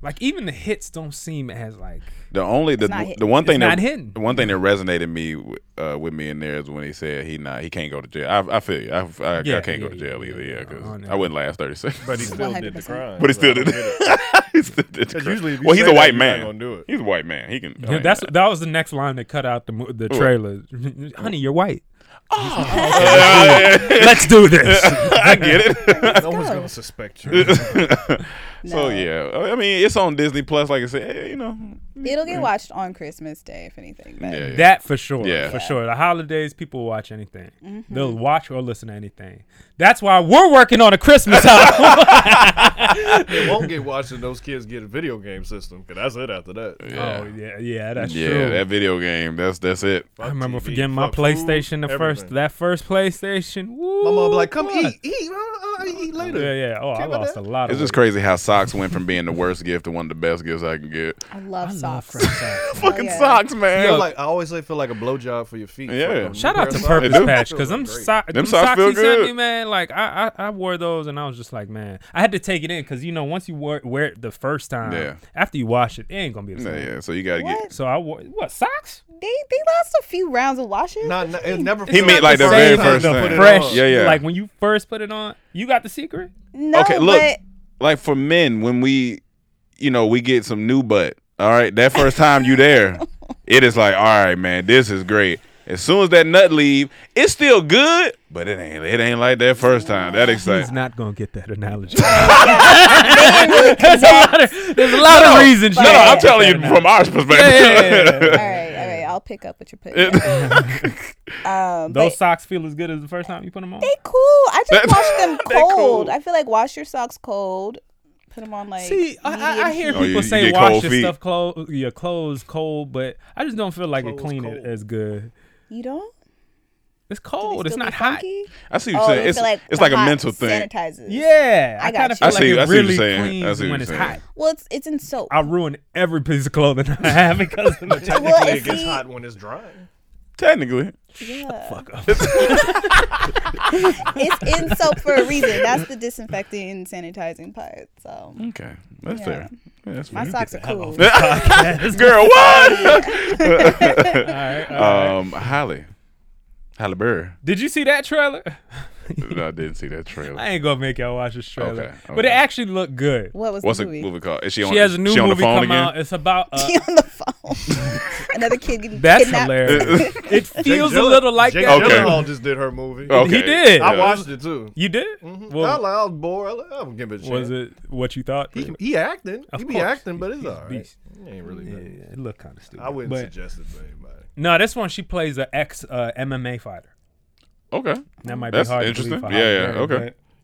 like even the hits don't seem as like The only the It's not hit- the one thing It's that not hidden. the one thing that resonated me w- uh, with me in there is when he said he not he can't go to jail. I, I feel you. I, I, I Yeah, can't go yeah, to jail yeah, either. yeah, Yeah, on because that. I wouldn't last thirty seconds. But he still did the 100%. *laughs* crime. But he still did it. *laughs* he still did the 'Cause crime. usually if you well, he's say a that, white you're not man. gonna do it. He's a white man. He can. Yeah, *laughs* that's that was the next line they cut out the mo- the trailer. *laughs* Honey, you're white. *laughs* Let's do this. I get it. No one's gonna suspect you. *laughs* So yeah, I- I mean it's on Disney Plus. Like I said, eh, you know. Mm-hmm. It'll get watched on Christmas Day, if anything. But Yeah, yeah. That for sure. Yeah. For sure. The holidays, people watch anything. Mm-hmm. They'll watch or listen to anything. That's why we're working on a Christmas album. They won't get watched if those kids get a video game system, 'cause that's it after that. *laughs* Yeah. *laughs* Oh yeah, yeah, that's yeah, true. that video game. That's that's it. I remember TV, forgetting my fuck food, PlayStation the first everything. that first Playstation. Woo, My mom be like, "Come what? eat, eat, uh, uh, eat later." Yeah, yeah. Oh, I Care about lost a that? lot It's of just *laughs* weight. crazy how socks went from being the worst gift to one of the best gifts I can get. I love I love socks. French socks. man. Fucking Oh, yeah. socks, man. Feel like I always say, feel like a blowjob for your feet. Yeah. Fuck, a Shout new out pair to of socks. Purpose do. Patch because them, Great. so- them socks socks feel he sent good. me, man. Like I, I, I wore those and I was just like, man, I had to take it in because you know once you wear, wear it the first time, Yeah. after you wash it, it ain't gonna be the Yeah, same. yeah. So you gotta What? get. So I wore what socks? *laughs* They they last a few rounds of washes. Nah, nah, it never. He meant like the Same very as first the thing. fresh. Yeah, yeah. Like when you first put it on, you got the secret. no, okay, look. *laughs* But Like for men, when we, you know, we get some new butt. All right, that first time *laughs* you there, it is like, all right, man, this is great. As soon as that nut leave, it's still good, but it ain't. It ain't like that first time. That He's exciting. not gonna get that *laughs* analogy. there's, a lot of, there's a lot of reasons. No, you no, don't I'm get telling that you from our perspective. all right, all right. I'll pick up what you're putting. down. um, but Those socks feel as good as the first time you put them on. they cool. I just wash them *laughs* They cool. cold. I feel like wash your socks cold. Put them on like. See, I, I, I hear Oh, people you- you say get wash cold your feet. stuff clothes, your clothes cold, but I just don't feel like it clean it as good. you don't. It's Do they cold. It's still be not hot. funky? *laughs* I see what Oh, you're they feel saying. It's like like, the it's like a hot mental thing. Sanitizes. Yeah, I I, got kind you. of feel I like see- I see what it you're really saying. I cleans see what when you're it's saying. hot. Well, it's it's in soap. I ruin every piece of clothing I have *laughs* because of it. Well, Technically, it see- gets hot when it's dry. Technically, Yeah. Fuck up. it's in soap for a reason. That's the disinfecting and sanitizing part. So okay, that's Yeah. fair. Yeah, that's my *laughs* fair. *laughs* socks are cool. Girl, what? um, Holly, Halle Berry. Did you see that trailer? No, I didn't see that trailer. I ain't gonna make y'all watch this trailer, Okay, but okay. it actually looked good. What was What's the the *laughs* movie? movie called? Is she on? She has a new she on movie the phone come again? *laughs* out. It's about uh, She on the *laughs* phone. Another kid getting *laughs* that's kidnapped. *laughs* hilarious. it Jake feels a Gyllen- little like Jake that. Okay. Gyllenhaal just did her movie. Okay. He did. I Yeah. watched it too. You did? Mm-hmm. I, Well, was like, I was bored. I was like, I don't give a shit. was it what you thought? He, he acting. Of he be course. acting, but it's He's a all right. beast. He ain't really. Yeah, bad. it looked kind of stupid. I wouldn't but, suggest it for anybody. No, this one she plays an ex uh, MMA fighter. Okay. That might That's be hard. to interesting. believe for Yeah, Holly yeah, Berry, okay.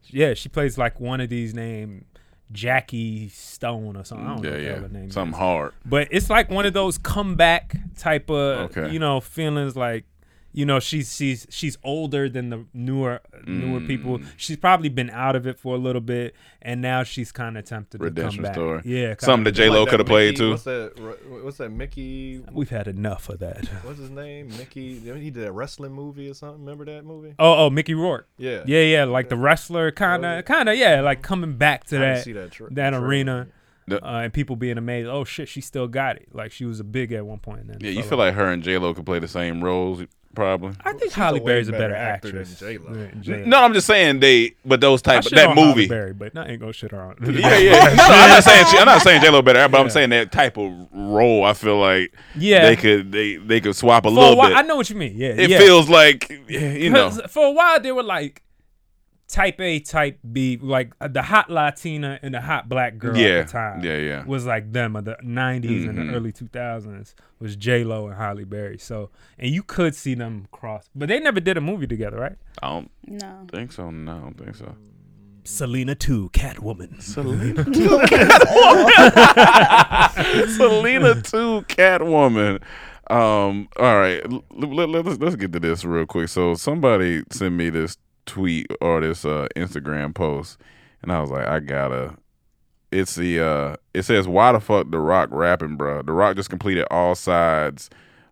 but- Yeah, she plays like one of these named Jackie Stone or something. I don't know Yeah, what the yeah. hell her name. is. Something hard. But it's like one of those comeback type of Okay. you know feelings like you know she's she's she's older than the newer newer Mm. people. She's probably been out of it for a little bit and now she's kind of tempted to come Redemption back. story. Yeah, kinda. Something that J Lo could have played too. What's that? Ru- What's that? Mickey. We've had enough of that. What's his name? Mickey. He did a wrestling movie or something. Remember that movie? Oh, oh, Mickey Rourke. Yeah. yeah, yeah, like the wrestler, kind of, kind of, yeah, like coming back to didn't that see that tra- that trailer. arena. The- uh, and people being amazed. Oh shit, she still got it. Like she was a big at one point. And then Yeah, you fell feel off. like her and J Lo could play the same roles, probably. I think She's Holly a way Berry's a better better actor than actress. J-Lo. than J-Lo. No, I'm just saying they, but those I type shit that on Holly movie. Berry, but I ain't gonna shit her on. *laughs* Yeah, yeah. No, I'm not saying she, I'm not saying J Lo better, but I'm saying that type of role. I feel like Yeah. they could they they could swap a For little a while, bit. I know what you mean. Yeah, it yeah. feels like you know. 'Cause For a while, they were like type A, type B, like uh, the hot Latina and the hot black girl Yeah, at the time. yeah, yeah. Was like them of the 90s and Mm-hmm. the early 2000s was J Lo and Holly Berry. So, and you could see them cross, but they never did a movie together, right? I don't *laughs* No. think so. No, I don't think so. Selena 2, *laughs* Catwoman. Selena two Catwoman. *laughs* Selena two Catwoman. Um. All right. L- let, us let's get to this real quick. So somebody sent me this tweet or this uh, Instagram post, and I was like, I gotta. It's the uh. It says, "Why the fuck the Rock rapping, bruh? The Rock just completed all sides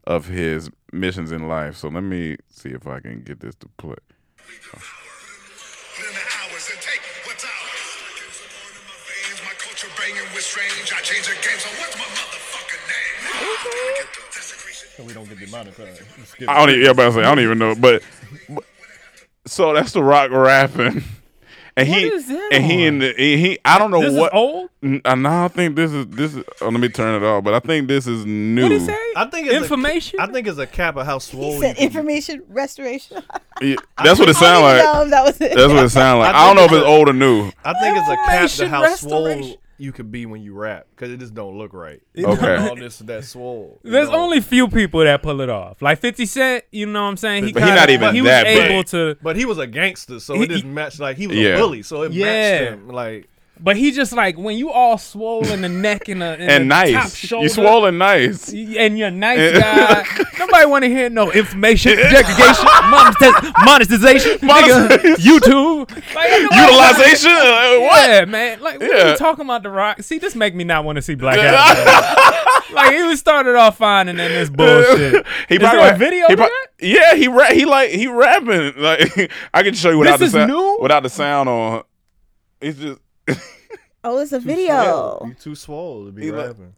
of his missions in life. So let me see if I can get this to play. Live the hours and take what's ours. Gives a burn in my veins, my culture banging with strange. I change the game, so what's my motherfucking name? Gotta get the desecration. We don't get demonetized. Let's get I don't. Even, yeah, but I was like, I don't even know. But, but- so that's the rock rapping, *laughs* and he What is that and he on? and the, and he. I don't know This is what. old? N- I know. I think this is this. Is, oh, let me turn it off. But I think this is new. What is that? I think it's Information? A, I think it's a cap of how swole. He Oh, you said can be. information *laughs* restoration. Yeah, that's what it sounds I like. didn't know that was it. That's what it sounds *laughs* like. I, I don't know if think it's old or new. I think it's a cap to Information how swole restoration. you could be when you rap because it just don't look right. Okay. All this that swole. you There's know. only few people that pull it off. Like 50 Cent, you know what I'm saying? But he not kinda- even he that was big. able to But he was a gangster, so He- it didn't match. Like he was Yeah. a bully, so it Yeah. matched him. Like But he just like when you all swollen the neck and the and, And the top nice. shoulder, You swollen nice. and you're a nice *laughs* guy. Nobody want to hear no information, segregation, monetization, monetization, nigga, YouTube, like, ain't nobody- Utilization. Uh, what? Yeah, man. Like what are Yeah. you talking about the rock? See, this make me not want to see Black Adam. *laughs* like he was started off fine and then this bullshit. he Is there a video he of prob- that? Yeah, he ra- he like he rapping. *laughs* Like I can show you without This the is sound new? without the sound on. It's just Oh, it's a video. you too swole to be He like- rapping.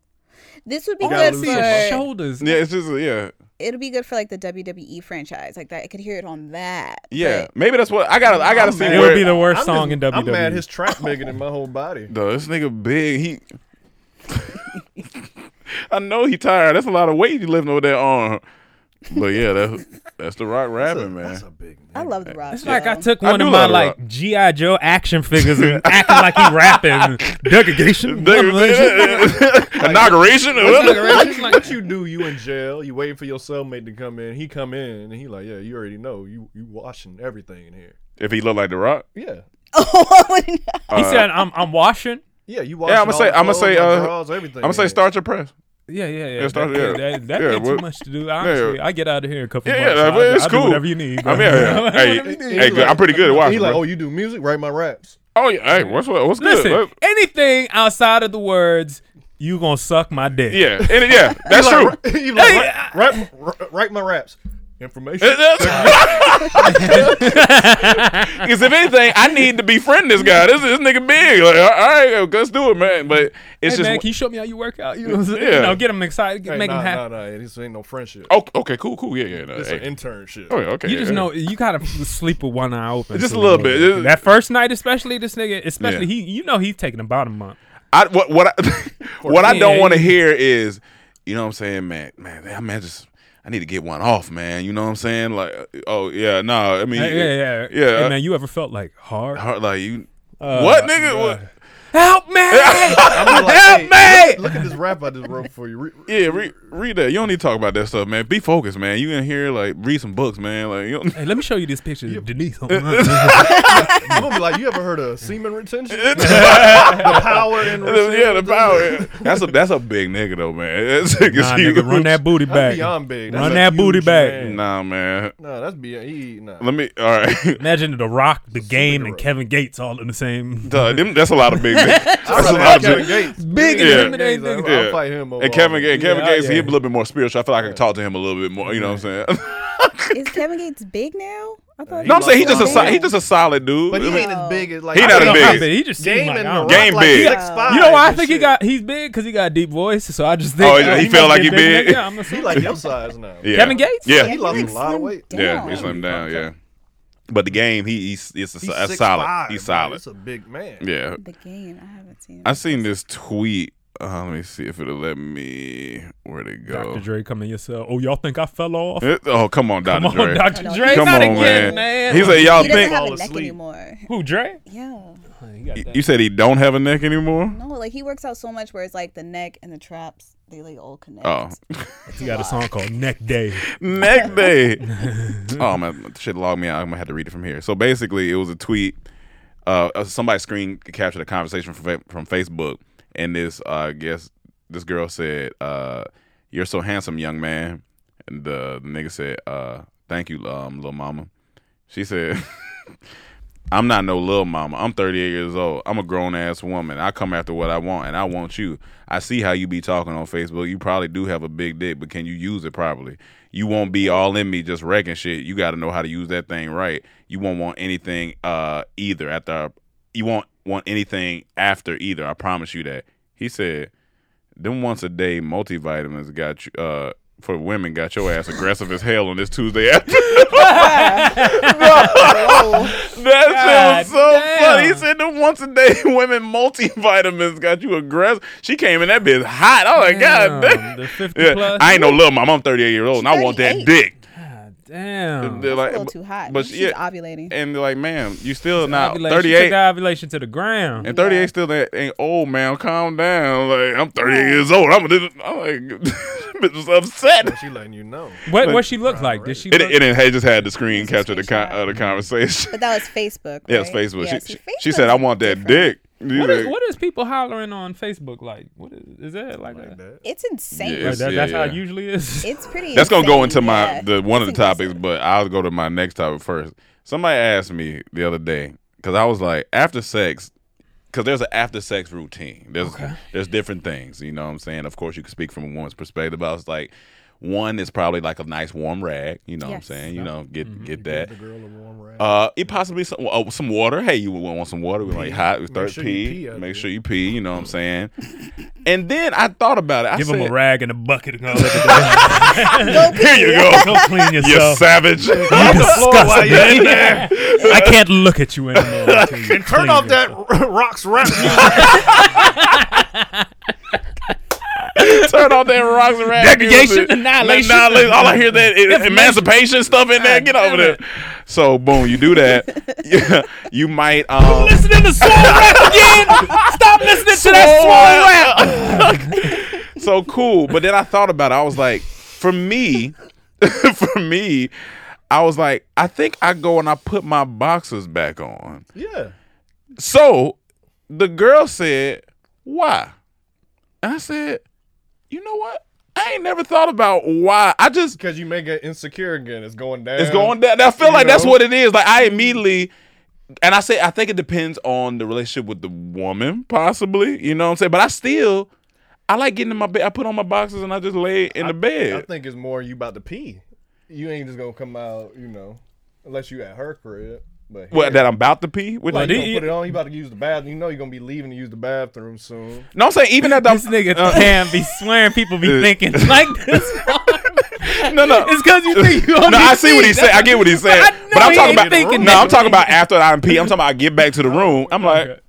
This would be Oh, I good gotta see lose his for shoulders. yeah. It's just yeah. it'll be good for like the WWE franchise, like that. I could hear it on that. Yeah, maybe that's what I gotta. I gotta see It where would be the worst I'm song just- in E. WWE. I'm mad E. his trap bigger than my *laughs* whole body. *laughs* Duh, this nigga big. He. *laughs* I know he tired. That's a lot of weight you lifting over there on. But yeah, that's that's the rock rapping That's man. a big. But I love the Rock. It's like I though. took I one do of my love The Rock. like GI Joe action figures and *laughs* acting like he rapping. Degradation. *laughs* Inauguration. what you do? You in jail? You waiting for your cellmate to come in? He come in and he like, yeah, you already know. You you washing everything in here. If he look like the rock, Uh, Yeah, *laughs* Oh, I wouldn't *laughs* know. He said, "I'm I'm washing." yeah. You washing. Yeah, I'ma all say- the I'ma clothes, say, your uh, drawers, everything. I'm gonna say in start your *laughs* press. Yeah, yeah, yeah. Yeah, start- that yeah. that, that Yeah, ain't what- too much to do. Honestly, yeah. I get out of here in a couple Yeah, yeah, months. so I'll- it's I'll do cool. whatever you need. I mean, bro. *laughs* yeah, here. hey, He hey, good. like- I'm pretty good at watching. He like, bro. oh, you do music? Write my raps. *laughs* Oh yeah, hey, what's what's good? Listen, What- anything outside of the words, you gonna suck my dick. Yeah, and *laughs* yeah, that's He true. *laughs* like, he like, Hey, "Write- write- write- write my raps. Information. *laughs* *laughs* Because if anything, I need to befriend this guy. This this nigga big. Like, all right, let's do it, man. But it's Hey man, just can you show me how you work out? You know, what I'm saying? *laughs* Yeah. You know, get them excited, get- Hey, make nah, them happy. Nah, nah, this ain't no friendship. Oh, okay, cool, cool. Yeah, yeah. No, It's hey. an internship. oh, yeah, okay. You just yeah. know you gotta sleep with one eye open. Just a too, little man. bit. Just- That first night, especially this nigga, especially Yeah. he, you know, he's taking a bottom month. I what what I, *laughs* what I don't Yeah, want to you- hear is, you know what I'm saying, man, man, man, I, mean, I just I need to get one off, man. You know what I'm saying? Like, oh yeah, no, I mean, Hey, yeah, yeah, yeah. uh, Hey, man, you ever felt like *laughs* hard? hard- like you, what nigga? Uh, What? bruh. *laughs* Help me! I'm like, Help hey, me! Look, look at this rap I just wrote for you. Re- re- Yeah, read, read that. You don't need to talk about that stuff, man. Be focused, man. You in here like read some books, man. Like you *laughs* don't, Hey, let me show you this picture of *laughs* Denise. I'm gonna be like, you ever heard of *laughs* semen retention? *laughs* the power in retention. yeah, the power. *laughs* That's a that's a big nigga though, man. *laughs* That's nah, nigga, run that booty That's back. beyond big. That's Run a that booty huge back. man. Nah, man. No, that's beyond. He, nah. Let me. All right. *laughs* Imagine The Rock, The Game, superhero. and Kevin Gates all in the same. Duh, Uh, them- that's a lot of big. niggas. I'd *laughs* that's a rather lot have of big. Kevin Gates. Big Yeah. intimidating Gates, nigga. I'll, Yeah. I'll fight him. Over And Kevin, Ga- Gates. Kevin Yeah, Gates, he yeah. a *laughs* little bit more spiritual. I feel like I can talk to him a little bit more. You know what I'm saying? Is Kevin Gates big now? I Uh, thought No, I'm saying he just a sol- he just a solid dude. But he ain't as big as like He not as I don't know how big. big. He just seemed Game like, and I don't the know. Game Rock, big. Like six, five, You know why I and think he shit. got he's big because he got deep voice. So I just think Oh, he feel must like he be big? than- Yeah, I'm assuming. Like your size now. Yeah. Kevin Gates? Yeah, He lost a lot of weight. yeah, he slimmed down. Yeah, but the game he he's it's a, He's a 6'5", solid. he's bro. solid. He's a big man. Yeah, The game. I haven't seen. I seen this tweet. Uh, let me see if it'll let me. Where'd it go? Dr. Dre coming yourself. Oh, y'all think I fell off? It- oh, come on, Dr. Come on, Dre. Dr. Come Dre. Come Not on, again, man. man. He said, y'all He doesn't think. have a Fall neck asleep. anymore. Who Dre? Yeah. You said he don't have a neck anymore. No, like he works out so much where it's like the neck and the traps they like all connect. Oh, He got a song called Neck Day. neck day. oh man, shit logged me out. I'm gonna have to read it from here. So basically, it was a tweet. Uh, uh, somebody screen captured a conversation from fa- from Facebook, and this uh, I guess this girl said, uh, "You're so handsome, young man." And the nigga said, uh, "Thank you, um, little mama." She said. *laughs* I'm not no little mama. I'm 38 years old. I'm a grown ass woman. I come after what I want, and I want you. I see how you be talking on Facebook. You probably do have a big dick, but can you use it properly? You won't be all in me just wrecking shit. You got to know how to use that thing right. You won't want anything uh either after. You won't want anything after either. I promise you that. He said, "Them once a day multivitamins got you." uh for women, got your ass aggressive as hell on this Tuesday *laughs* *laughs* afternoon. That God shit was so damn. funny. He said the once a day *laughs* women multivitamins got you aggressive. She came in that bitch hot. I was like, God damn. Damn, the 50 Yeah, plus. I ain't no little mom. I'm 38 years old and I want that 38. dick. God damn. They're That's a like, little but- too hot. But But she- she's yeah. ovulating. And they're like, ma'am, you still not Ovulation. She 38. Took the ovulation to the ground. and 38 still that ain't old, man. Calm down. Like, I'm 38 years old. I'm, a little- I'm like, *laughs* bitch was upset. She letting you know. What what she looked like? Did she? *laughs* It, Look, it, it, just had the screen It's a capture the, con- screenshot. Mm-hmm. uh, the conversation. *laughs* But that was Facebook. Right? Yes, Facebook. Yeah, she, see, she, she said, Facebook's I want that different. dick. He's what, is, like, what is people hollering on Facebook like? What is, is that like? a- Like that. It's insane. Yeah, Like that, It's- that's how yeah. it usually is. It's pretty. *laughs* That's gonna go into insane, my yeah. the one of the It's topics, inclusive. but I'll go to my next topic first. Somebody asked me the other day because I was like, after sex, because there's an after sex routine. There's there's different things. You know what I'm saying? Of course, you can speak from a woman's perspective. But I was like, one is probably like a nice warm rag. You know what I'm Yes. saying? You know, get get that. Mm-hmm. The girl a warm rag. Uh, it possibly some oh, some water. Hey, you want some water? We like hot. We start sure you pee. pee out Make there. sure you pee. You know what I'm saying? and then I thought about it. I Give said, them a rag and a bucket and go look *laughs* at Here you *laughs* go. them. *laughs* Go clean You yourself. savage. *laughs* You disgusting. you're in I can't look at you anymore. *laughs* until you And turn clean off that yourself. *laughs* rocks rap music. *laughs* Turn off that rocks and rap Degradation, music. annihilation. annihilation. All I hear that is emancipation stuff in there. Get over there. So boom, you do *laughs* that. *laughs* you might um *laughs* Listening to soul rap again. Stop listening to that *laughs* so cool. But then I thought about it. I was like, for me, *laughs* for me, I was like, I think I go and I put my boxers back on. Yeah. So the girl said, Why? And I said, You know what? I ain't never thought about why. I just Because you make it insecure again. It's going down. It's going down. I feel You like that's know? what it is. Like I immediately, and I say I think it depends on the relationship with the woman, possibly. You know what I'm saying? But I still, I like getting in my bed. I put on my boxes and I just lay in the I bed. think it's more you about to pee. You ain't just going to come out, you know, unless you at her crib. But here, What that I'm about to pee? What- like, you Well, gonna the- put it on. You about to use the bathroom. You know you're going to be leaving to use the bathroom soon. no, I'm saying even at the *laughs* This nigga Uh, damn be swearing people be thinking like this. *laughs* no no. *laughs* It's because you think you No, only I see what he's think saying. I get what he's saying. I know But I'm he talking ain't about thinking no. that. I'm talking about after I pee. I'm talking about I get back to the room. I'm like,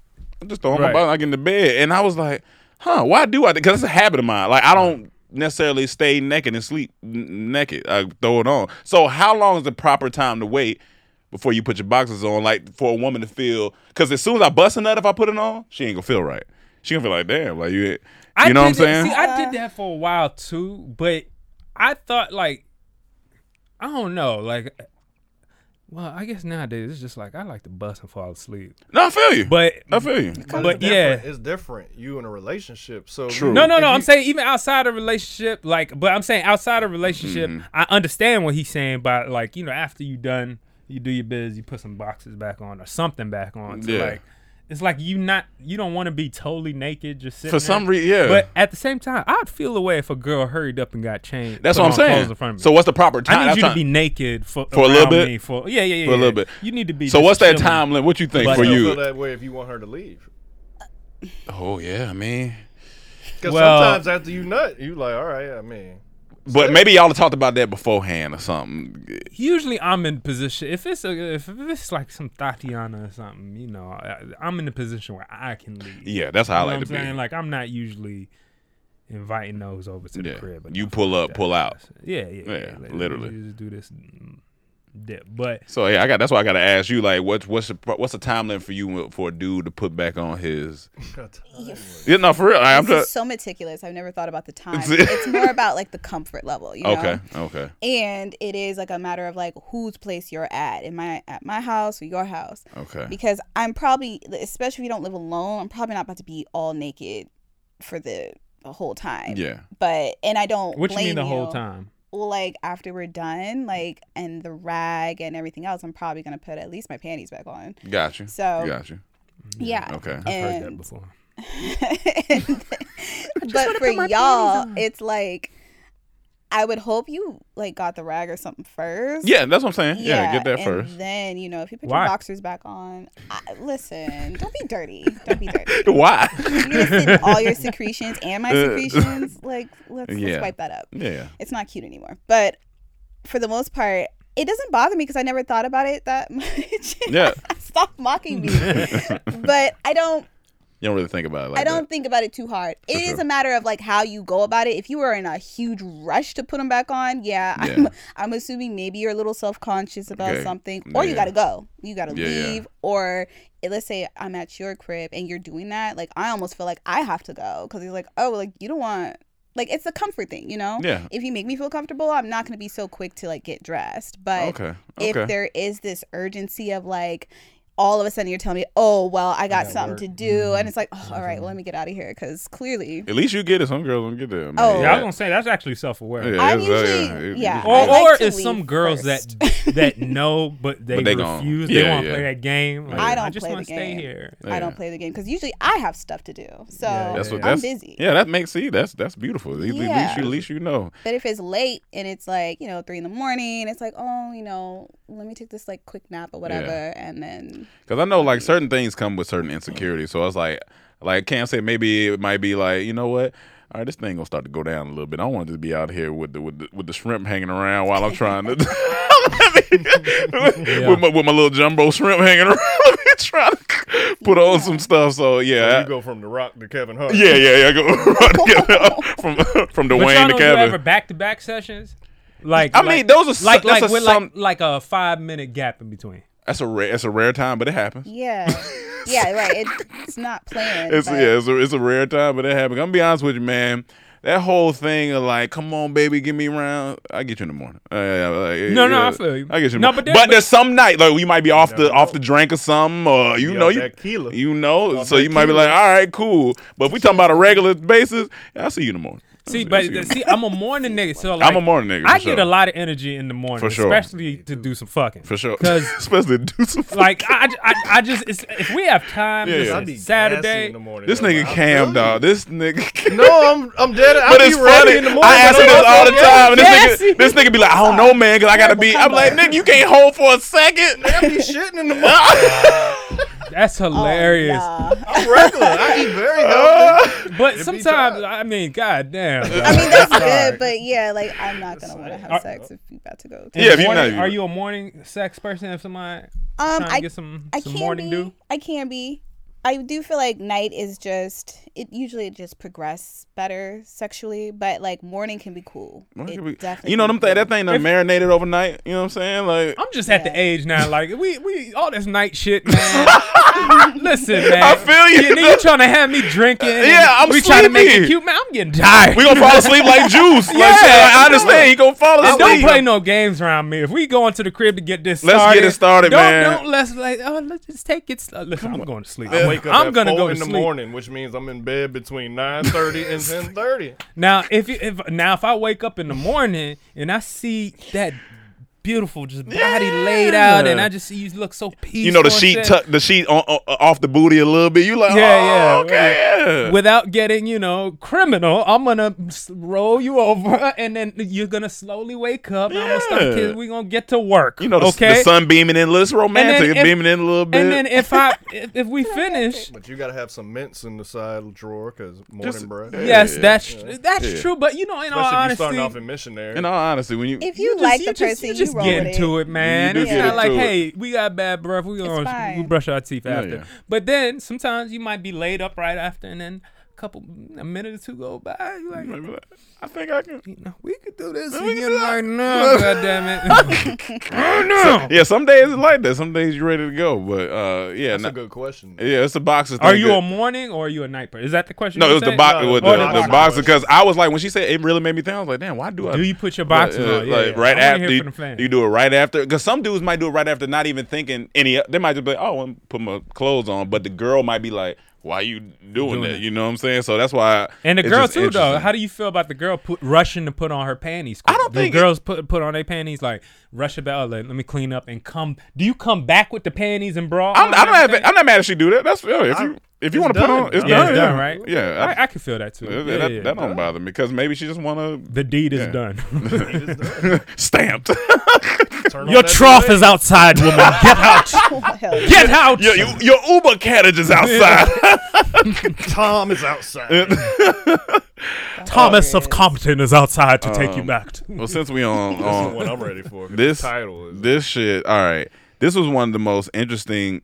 I'm just throwing my Right. bottle. I get in the bed, and I was like, huh? Why do I? Because it's a habit of mine. Like I don't necessarily stay naked and sleep n- naked. I throw it on. So how long is the proper time to wait? Before you put your boxes on, like for a woman to feel, because as soon as I bust a nut, if I put it on, she ain't gonna feel right. She gonna feel like, damn, like you, I you know what I'm did that- saying? See, I did that for a while too, but I thought like I don't know, like well, I guess nowadays it's just like I like to bust and fall asleep. no, I feel you, But I feel *laughs* you. but yeah. It's different. You in a relationship. So Eh. True. No, no, no. If I'm you- saying even outside of relationship, like, but I'm saying outside of relationship, Mm-hmm. I understand what he's saying by like, you know, after you done, you do your biz, you put some boxes back on or something back on to Yeah. like It's like you not you don't want to be totally naked just sitting For there. some rea- yeah. But at the same time, I'd feel away if a girl hurried up and got changed. That's put what I'm on saying. clothes in front of me. So what's the proper time? I need I'm you trying- to be naked for for a little around bit. me for yeah yeah yeah For a yeah. little bit. You need to be. So just what's that chilling. time limit? What you think But- for Still you? feel that way if you want her to leave. Oh yeah, I mean. Because Well- sometimes after you nut, you like, all right, I mean, But maybe y'all talked about that beforehand or something. Usually I'm in position if it's a, if it's like some Tatiana or something, you know, I, I'm in a position where I can leave. Yeah, that's how I You know like what to I'm be. Saying? Like I'm not usually inviting those over to Yeah. the crib. or You nothing pull like up, that. pull out. Yeah, yeah, Yeah, yeah. Like, we literally. just do this mm, dip, but So yeah, I got. That's why I got to ask you. Like, what's what's the, pro- what's the time limit for you for a dude to put back on his? Yeah, no, for real. I, am This is just so meticulous. I've never thought about the *laughs* time. See? it's more about like the comfort level, you know. okay, okay. And it is like a matter of like whose place you're at. Am I at my house or your house? Okay. Because I'm probably, especially if you don't live alone, I'm probably not about to be all naked for the, the whole time. Yeah. But and I don't. what you blame mean the whole time? Well, like after we're done, like and the rag and everything else, I'm probably gonna put at least my panties back on. Got you. So- uh, got you. Yeah. Okay. I've heard that And- before. *laughs* but for y'all, it's like I would hope you like got the rag or something first. Yeah, that's what I'm saying. Yeah, get that and first. Then you know if you put Why? your boxers back on, I, listen, don't be dirty. Don't be dirty. *laughs* *laughs* Why? You're gonna sit all your secretions and my Uh, secretions. Like let's, Yeah. let's wipe that up. yeah. It's not cute anymore. But for the most part, it doesn't bother me because I never thought about it that *laughs* much. *laughs* Yeah. Stop mocking me. *laughs* *laughs* but I don't You don't really think about it. Like I don't That. think about it too hard. It is sure. a matter of like how you go about it. If you are in a huge rush to put them back on, yeah, Yeah. I'm, I'm assuming maybe you're a little self conscious about Okay. something, or Yeah. you got to go, you got to Yeah, yeah. leave, or eh, let's say I'm at your crib and you're doing that. Like I almost feel like I have to go because he's like, oh, like you don't want. Like it's a comfort thing, you know. Yeah. If you make me feel comfortable, I'm not gonna be so quick to like get dressed. But Okay. if Okay. there is this urgency of like all of a sudden you're telling me oh well i got something to do and it's like oh, all right well let me get out of here because clearly At least you get it. Some girls don't get that. man. Oh. Yeah, I was gonna Oh, say that's actually Yeah, self-aware. I'm it's, uh, usually- it- yeah. it- Or, I like or to it's some leave girls that that know but they, But they gone. refuse. Yeah, they want to yeah. play that game. Like, I don't just play the want to stay game. here. i don't play the game because usually i have stuff to do so Yeah, That's what. i'm That's busy Yeah, that makes see. That's that's beautiful. At least- At least you, at least you know. but if it's late and it's like you know three in the morning it's like oh you know let me take this like quick nap or whatever and *laughs* then Because I know like certain things come with certain insecurities. So I was like, like Cam said, maybe it might be like, you know what? All right, this thing gonna start to go down a little bit. I don't want to be out here with the with the, with the shrimp hanging around while I'm trying to *laughs* with, my, with my little jumbo shrimp hanging around *laughs* trying to put on some stuff. So so yeah, you go from The Rock to Kevin Hart. I- yeah, yeah, yeah. I *laughs* Go from *laughs* from But y'all Dwayne to don't do ever Kevin. back to back sessions. Like I mean, like- those are s- like that's like a with some- like like a five minute gap in between. That's a rare that's a rare time, but it happens. yeah yeah right it, it's not planned It's but yeah, it's a, it's a rare time, but it happened. I'm gonna be honest with you, man. That whole thing of like, come on, baby, give me around. I get you in the morning. Uh, yeah, like, No, no, yeah, I feel you. I get you. No, No, but, but there- but there's some night like we might be off the off the drink or something, or you Be know off you that Keeler. you know. Off so that you might be Keeler. like, all right, cool. But if we talking about a regular basis, I'll see you in the morning. I'll See, I'll but you in the see, I'm a morning nigga. So like, morning. I'm a morning nigga. I for get sure. a lot of energy in the morning, For sure. especially to do some fucking. for sure, Because *laughs* especially do some like I, I, I just it's, if we have time, Yeah, just yeah. I a be gassy Saturday. in the morning. This though. nigga I Cam feel you. dog. This *laughs* nigga. No, I'm I'm dead. I But be it's ready funny. in the morning. I ask but him I'm this all the also time, and this Jesse. nigga, this nigga be like, I don't know, man, because I gotta be. I'm like, nigga, you can't hold for a *laughs* second. I be shitting in the morning. That's Oh, hilarious. uh, I'm regular. I eat *laughs* very *laughs* healthy. But be sometimes, tight. I mean, goddamn. i mean that's good but yeah like i'm not gonna want to Are- have sex if you about to uh, go Yeah, if you're Morning- not- are you a morning sex person? If somebody um trying to i get some, I some can morning be. dew, I can be. I do feel like night is just it usually just progress better sexually, but like morning can be cool. It definitely You know them can thing be that thing done marinated overnight. You know what I'm saying? Like, I'm just at the Yeah. age now. Like we, we all this *laughs* night shit, man. Listen, man. I feel you. You, you trying to have me drinking? and Yeah, I'm We trying to make sleepy. it cute, man. I'm getting tired. we gonna fall asleep *laughs* like juice. Like, Yeah, shit, like, I come understand. on. You gonna fall And asleep. don't play no games around me. If we go into the crib to get this Let's started, get it started, don't, man. Don't let's like oh let's just take it. Slow. Listen, I'm going to sleep. I wake up I'm at gonna four go to in the sleep. morning, which means I'm in bed between nine thirty *laughs* and ten thirty. Now if you- if now if I wake up in the morning and I see that beautiful, just body laid out, and Yeah. I just see you look so peaceful. You know the and sheet, shit. tuck the sheet on, on- off the booty a little bit. You like, yeah, oh, yeah. okay, right. yeah. Without getting, you know, criminal, I'm gonna s- roll you over, *laughs* and then you're gonna slowly wake up. And I'm gonna start Yeah. kids. We gonna get to work. you know the, okay. the sun beaming in a little, it's romantic. then It's if- beaming in a little bit. and then if I if, if we finish, But you gotta have some mints in the side drawer because morning Just- breath. yeah. yes, that's Yeah. that's Yeah. true. But you know, in Especially if all you honesty, starting off in missionary. in all honesty, when you If you, like the just- person, you, you just roll get with into it, man. do It's get not like, into it. hey, we got bad breath. We gonna we fine. brush our teeth after. yeah. But then sometimes you might be laid up right after, and then a couple a minute or two go by. You like, I think I can. you know, we could do this we again could do *laughs* right now. God damn it! *laughs* *laughs* So- yeah, some days it's like that. Some days you're ready to go, but uh, yeah, That's no- a good question. yeah, it's a boxer. Are thing you that- a morning or are you a night person? Is that the question? No, you it was the said? box with the, Oh, the the boxer boxer because I was like when she said it really made me think I was like damn why do I Do you put your Yeah, boxes yeah, on? Yeah, like yeah. right I wanna hear after from the fans. you, you do it right after because some dudes might do it right after not even thinking any they might just be like oh I'm put my clothes on but the girl might be like why you doing, that? you know what I'm saying so that's why And the girl too, though. How do you feel about the girl put, rushing to put on her panties? I don't do think it- girls put put on their panties like rush about. oh, Let, let me clean up and come. Do you come back with the panties and bra? I'm, on I'm and not everything? I'm not mad if she do that that's yeah, if I- you if it's you want to put done. on it's yeah, done it's yeah. done, right? yeah I, I can feel that too. that, Yeah, that- yeah, that don't bother me because maybe she just want the deed is Yeah. *laughs* done. to stamped *laughs* Turn on that delay. outside, woman. Get out. it. Get out. your, your, your Uber carriage is outside Tom is outside. Thomas of Compton is outside to *laughs* take Um, you back. *laughs* well since we on This on is what I'm ready for. 'cause this the title is this shit. All right, this was one of the most interesting.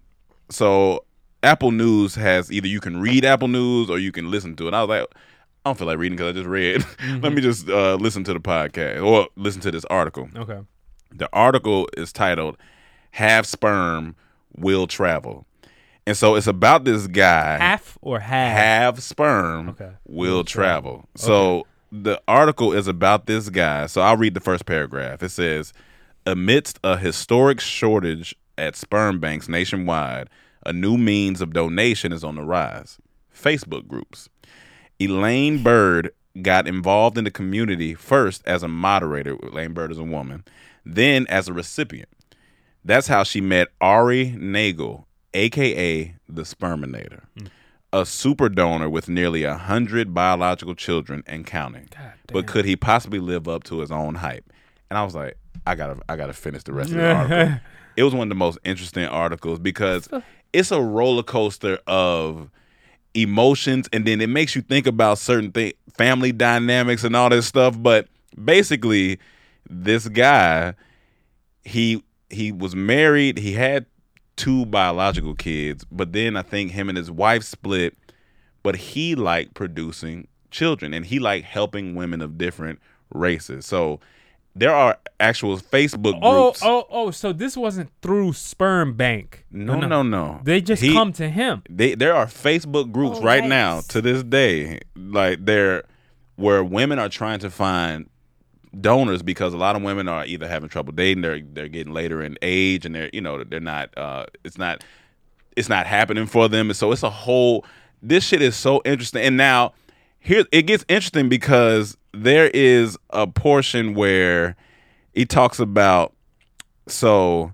So Apple News has either you can read Apple News or you can listen to it. I was like, I don't feel like reading because I just read. *laughs* Let me just uh, listen to the podcast or listen to this article. Okay. The article is titled "Half Sperm Will Travel," and so it's about this guy Half or *laughs* half? have sperm Okay. will travel. So the article is about this guy. So I'll read the first paragraph. It says, amidst a historic shortage at sperm banks nationwide, a new means of donation is on the rise. Facebook groups. Elaine Bird got involved in the community first as a moderator. Elaine Bird is a woman, then as a recipient. That's how she met Ari Nagel, aka the Sperminator, a super donor with nearly a hundred biological children and counting. But could he possibly live up to his own hype? And I was like, I gotta, I gotta finish the rest of *laughs* the article. It was one of the most interesting articles because it's a roller coaster of emotions and then it makes you think about certain thing family dynamics and all this stuff but basically this guy he he was married he had two biological kids but then i think him and his wife split but he liked producing children and he liked helping women of different races so there are actual facebook Oh, groups oh, oh! So this wasn't through sperm bank. no no no They just He- come to him. they there are Facebook groups Oh, right yikes. now to this day, like there where women are trying to find donors because a lot of women are either having trouble dating, they're they're getting later in age, and they're you know they're not uh it's not it's not happening for them, and so it's a whole this shit is so interesting. And now here it gets interesting because there is a portion where he talks about so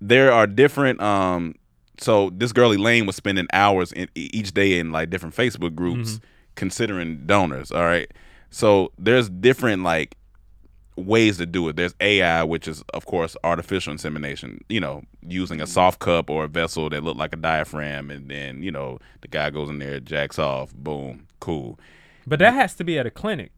there are different um so this girl Elaine was spending hours in, e- each day in like different Facebook groups Mm-hmm. considering donors. All right, so there's different like ways to do it. There's AI, which is of course artificial insemination. You know, using a Mm-hmm. soft cup or a vessel that looked like a diaphragm, and then you know the guy goes in there, jacks off, boom, cool. But that has to be at a clinic.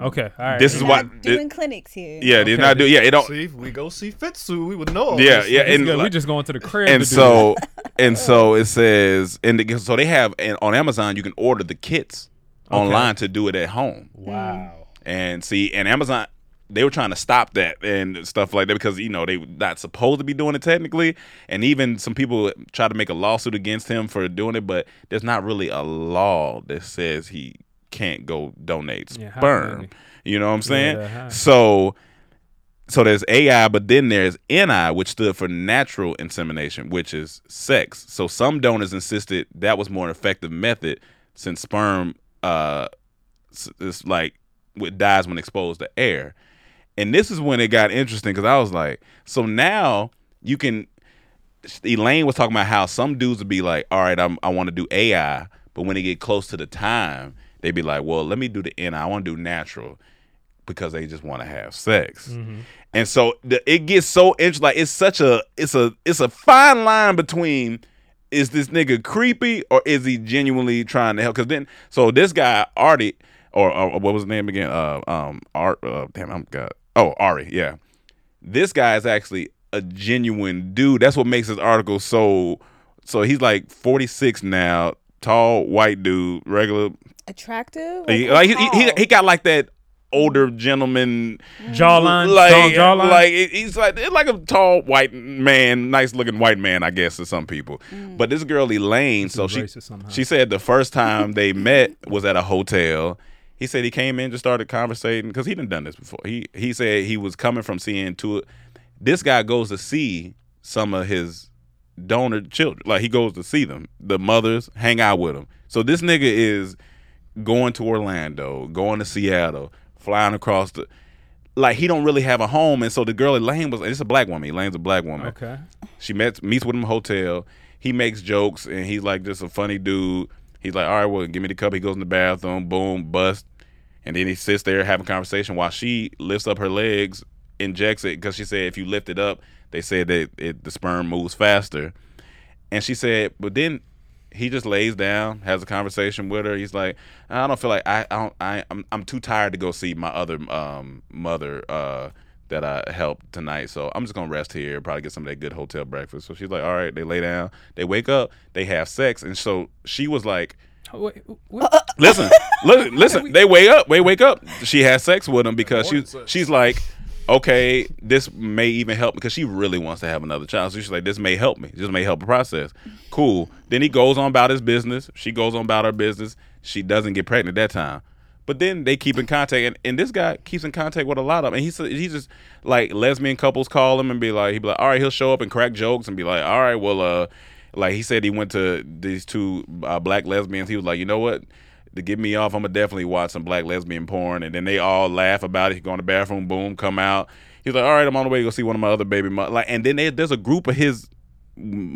Okay, all right. This is We're why. not doing clinics here. yeah, did Okay, not do. Yeah, it don't. *laughs* See, if we go see Fitsu, we would know. all Yeah, this. yeah, It's and good. like- we just going to the crib. and to do so *laughs* and so it says and the, so they have and on Amazon you can order the kits online to do it at home. wow. And see, and Amazon, they were trying to stop that and stuff like that because you know they not supposed to be doing it technically. And even some people try to make a lawsuit against him for doing it, but there's not really a law that says he can't go donate Yeah, how sperm. many? You know what I'm saying? Yeah, how- so. So there's AI, but then there's NI, which stood for natural insemination, which is sex. So some donors insisted that was more effective method since sperm uh, s- it's like what dies when exposed to air. And this is when it got interesting because I was like, so now you can. Elaine was talking about how some dudes would be like, all right, I'm, I want to do AI, but when they get close to the time, they'd be like, well, let me do the NI. I want to do natural because they just want to have sex. And so the, it gets so interesting. Like it's such a it's a it's a fine line between is this nigga creepy or is he genuinely trying to help? Because then so this guy Artie or, or what was his name again? Uh, um, Art. Uh, damn, I'm God. Oh, Ari. Yeah, this guy is actually a genuine dude. That's what makes this article so. So he's like 46 now, tall white dude, regular. Attractive? oh, Like, he, he, he he got like that older gentleman Jawline, like, strong jawline. like it- he's like it's like a tall white man, nice looking white man, I guess, to some people. But this girl Elaine, so she racist somehow. she said the first time they met was at a hotel. He said he came in, just started conversating because he done done this before. He he said he was coming from seeing two. This guy goes to see some of his donor children. Like he goes to see them, the mothers, hang out with them. So this nigga is going to Orlando, going to Seattle, flying across the. Like he don't really have a home, and so the girl Elaine was. It's a black woman. Elaine's a black woman. Okay. She met, meets with him in a hotel. He makes jokes and he's like just a funny dude. He's like, all right, well, give me the cup. He goes in the bathroom, boom, bust. And then he sits there having conversation while she lifts up her legs, injects it because she said if you lift it up, they said that it, the sperm moves faster. And she said, but then he just lays down, has a conversation with her. He's like, I don't feel like I, I don't, I, I'm, I'm too tired to go see my other um, mother uh, that I helped tonight. So I'm just gonna rest here, probably get some of that good hotel breakfast. So she's like, all right. They lay down, they wake up, they have sex, and so she was like, Uh, Wait, what? listen, listen, listen. They wake up. They wake up. She has sex with him because she's she's like, okay, this may even help because she really wants to have another child. So she's like, this may help me. This may help the process. Cool. Then he goes on about his business. She goes on about her business. She doesn't get pregnant that time. But then they keep in contact, and, and this guy keeps in contact with a lot of them. And he's he's just like lesbian couples call him and be like, he be like, all right, he'll show up and crack jokes and be like, all right, well, uh, like he said, he went to these two uh, black lesbians. He was like, you know what? To get me off, I'm gonna definitely watch some black lesbian porn. And then they all laugh about it. He go in the bathroom, boom, come out. He's like, all right, I'm on the way to go see one of my other baby mo-. like. And then there- there's a group of his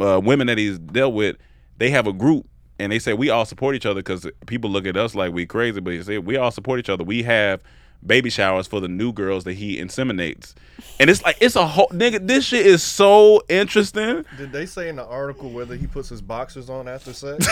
uh, women that he's dealt with, they have a group and they say we all support each other because people look at us like we crazy, but he said we all support each other. We have baby showers for the new girls that he inseminates, and it's like it's a whole nigga. This shit is so interesting. Did they say in the article whether he puts his boxers on *laughs* after sex?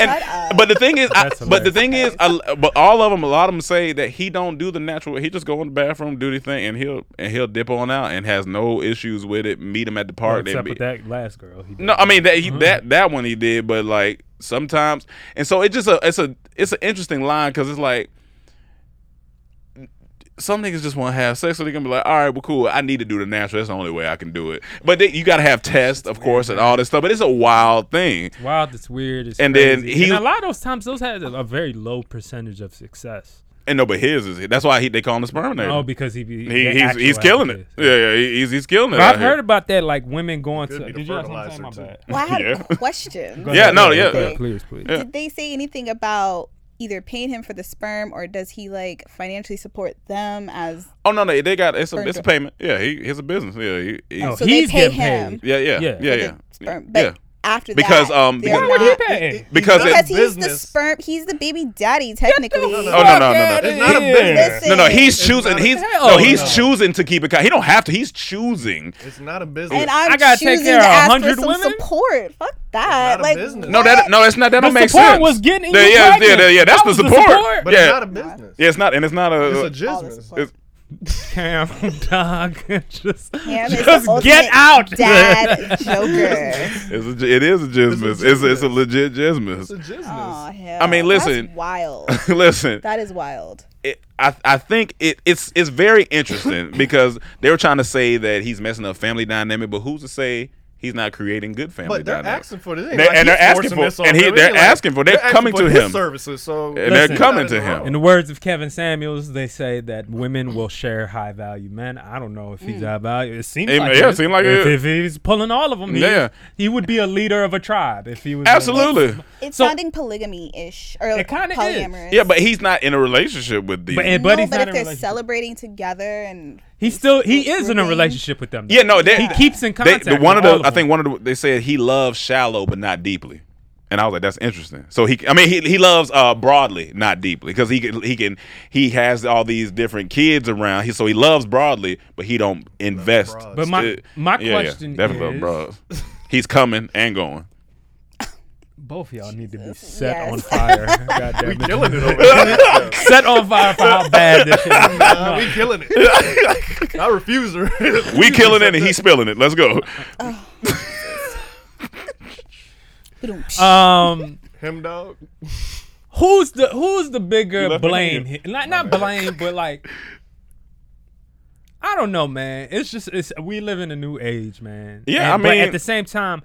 And, but the thing is, I, but the thing is, I, but all of them, a lot of them say that he don't do the natural. He just go in the bathroom, do the thing, and he'll and he'll dip on out and has no issues with it. Meet him at the park. they Except be- with that Uh-huh. last girl. He No, I mean that he, that that one he did, but like sometimes, and so it's just a it's a it's an interesting line because it's like some niggas just want to have sex, so they gonna be like, all right, well, cool. I need to do the natural. That's the only way I can do it. But they, you gotta have tests, of course, and all this stuff. But it's a wild thing. wild. It's weird. It's And then crazy. he- And a lot of those times, those had a, a very low percentage of success. And no, but his is that's why he, they call him the sperminator. Oh, because he, be, he, they he's actually he's had killing it. kids. Yeah, yeah, he, he's he's killing it. But I've out here. heard about that, like women going Could to. be the Did you ask what I'm fertilizer, talking too. about? Well, I *laughs* had Yeah. a question. Yeah, no, yeah, yeah. Please, please. Yeah. Did they say anything about either paying him for the sperm or does he like financially support them as Oh no, no, they got it's a Burned it's a up. payment. Yeah, he he's a business. Yeah, he, he- Oh, So he's they pay getting him. paid. yeah, yeah, Yeah. yeah, yeah, the yeah. sperm? But after Because, that, um, they're because- Why would he not- pay? Because it, because he's the business. sperm. He's the baby daddy technically. Oh no no no Fuck no! outta not a here. business. No, no, he's It's choosing. not a- He's no, Hell he's no. choosing to keep it. He don't have to. He's choosing. It's not a business. And I'm I gotta take choosing care to of ask for 100 some women? support. Fuck that. not a like business. No, that no, it's not. That The don't make support sense. was getting yeah, you yeah, yeah, pregnant. yeah, yeah. That's That was the the support. support. but yeah, it's not a business. yeah, it's not, and it's not It's a. a business. It's- Cam, *laughs* dog, just, Cam is the just get ultimate out. Dad Joker. it's a- it is a jismus. It's a, it's a legit It's a jismus. business. Oh hell. I mean, listen. That's wild. *laughs* *laughs* Listen, That is wild. it, I I think it, it's it's *laughs* very interesting because they were trying to say that he's messing up family dynamic, but who's to say He's not creating good family But they're dynamic. asking for this. It ain't They- like and they're he's asking forcing for, this on and he, them. It they're ain't like- asking for. They're, they're asking coming for to his him. services, so- and they're Listen. coming to *laughs* In him. the words of Kevin Samuels, they say that women will share high value men. I don't know if he's high value. It seems It- like yeah, it. it seemed like if, it. if he's pulling all of them, he, Yeah. he would be a leader of a tribe if he was Absolutely. It's So- sounding polygamy ish or It kinda is. polyamorous. Yeah, but he's not in a relationship with these. But- and- no, but if he's not in a they're relationship. celebrating together and He still he is in a Grouping. relationship with them. though. yeah, no, they, he keeps in they- contact. the one of with the, all I think one of the, they said he loves shallow but not deeply, and I was like, that's interesting. So he, I mean, he, he loves uh broadly, not deeply, because he can he can he has all these different kids around. He so he loves broadly, but he don't invest. broads. But my- Uh, my yeah, yeah, question definitely is- love broads. *laughs* He's coming and going. both y'all need to *laughs* be set Yes. *laughs* on fire. God damn We it. killing it over here. *laughs* set on fire for how bad this shit is. *laughs* *laughs* Nah, we killing *laughs* it. I refuse to. We killing it and he's spilling it. Let's go. Um, *laughs* him, dog. who's the who's the bigger left me blame? hanging. Here? Not not blame, but like I don't know, man. It's just it's we live in a new age, man. Yeah, And- I but mean- at the same time,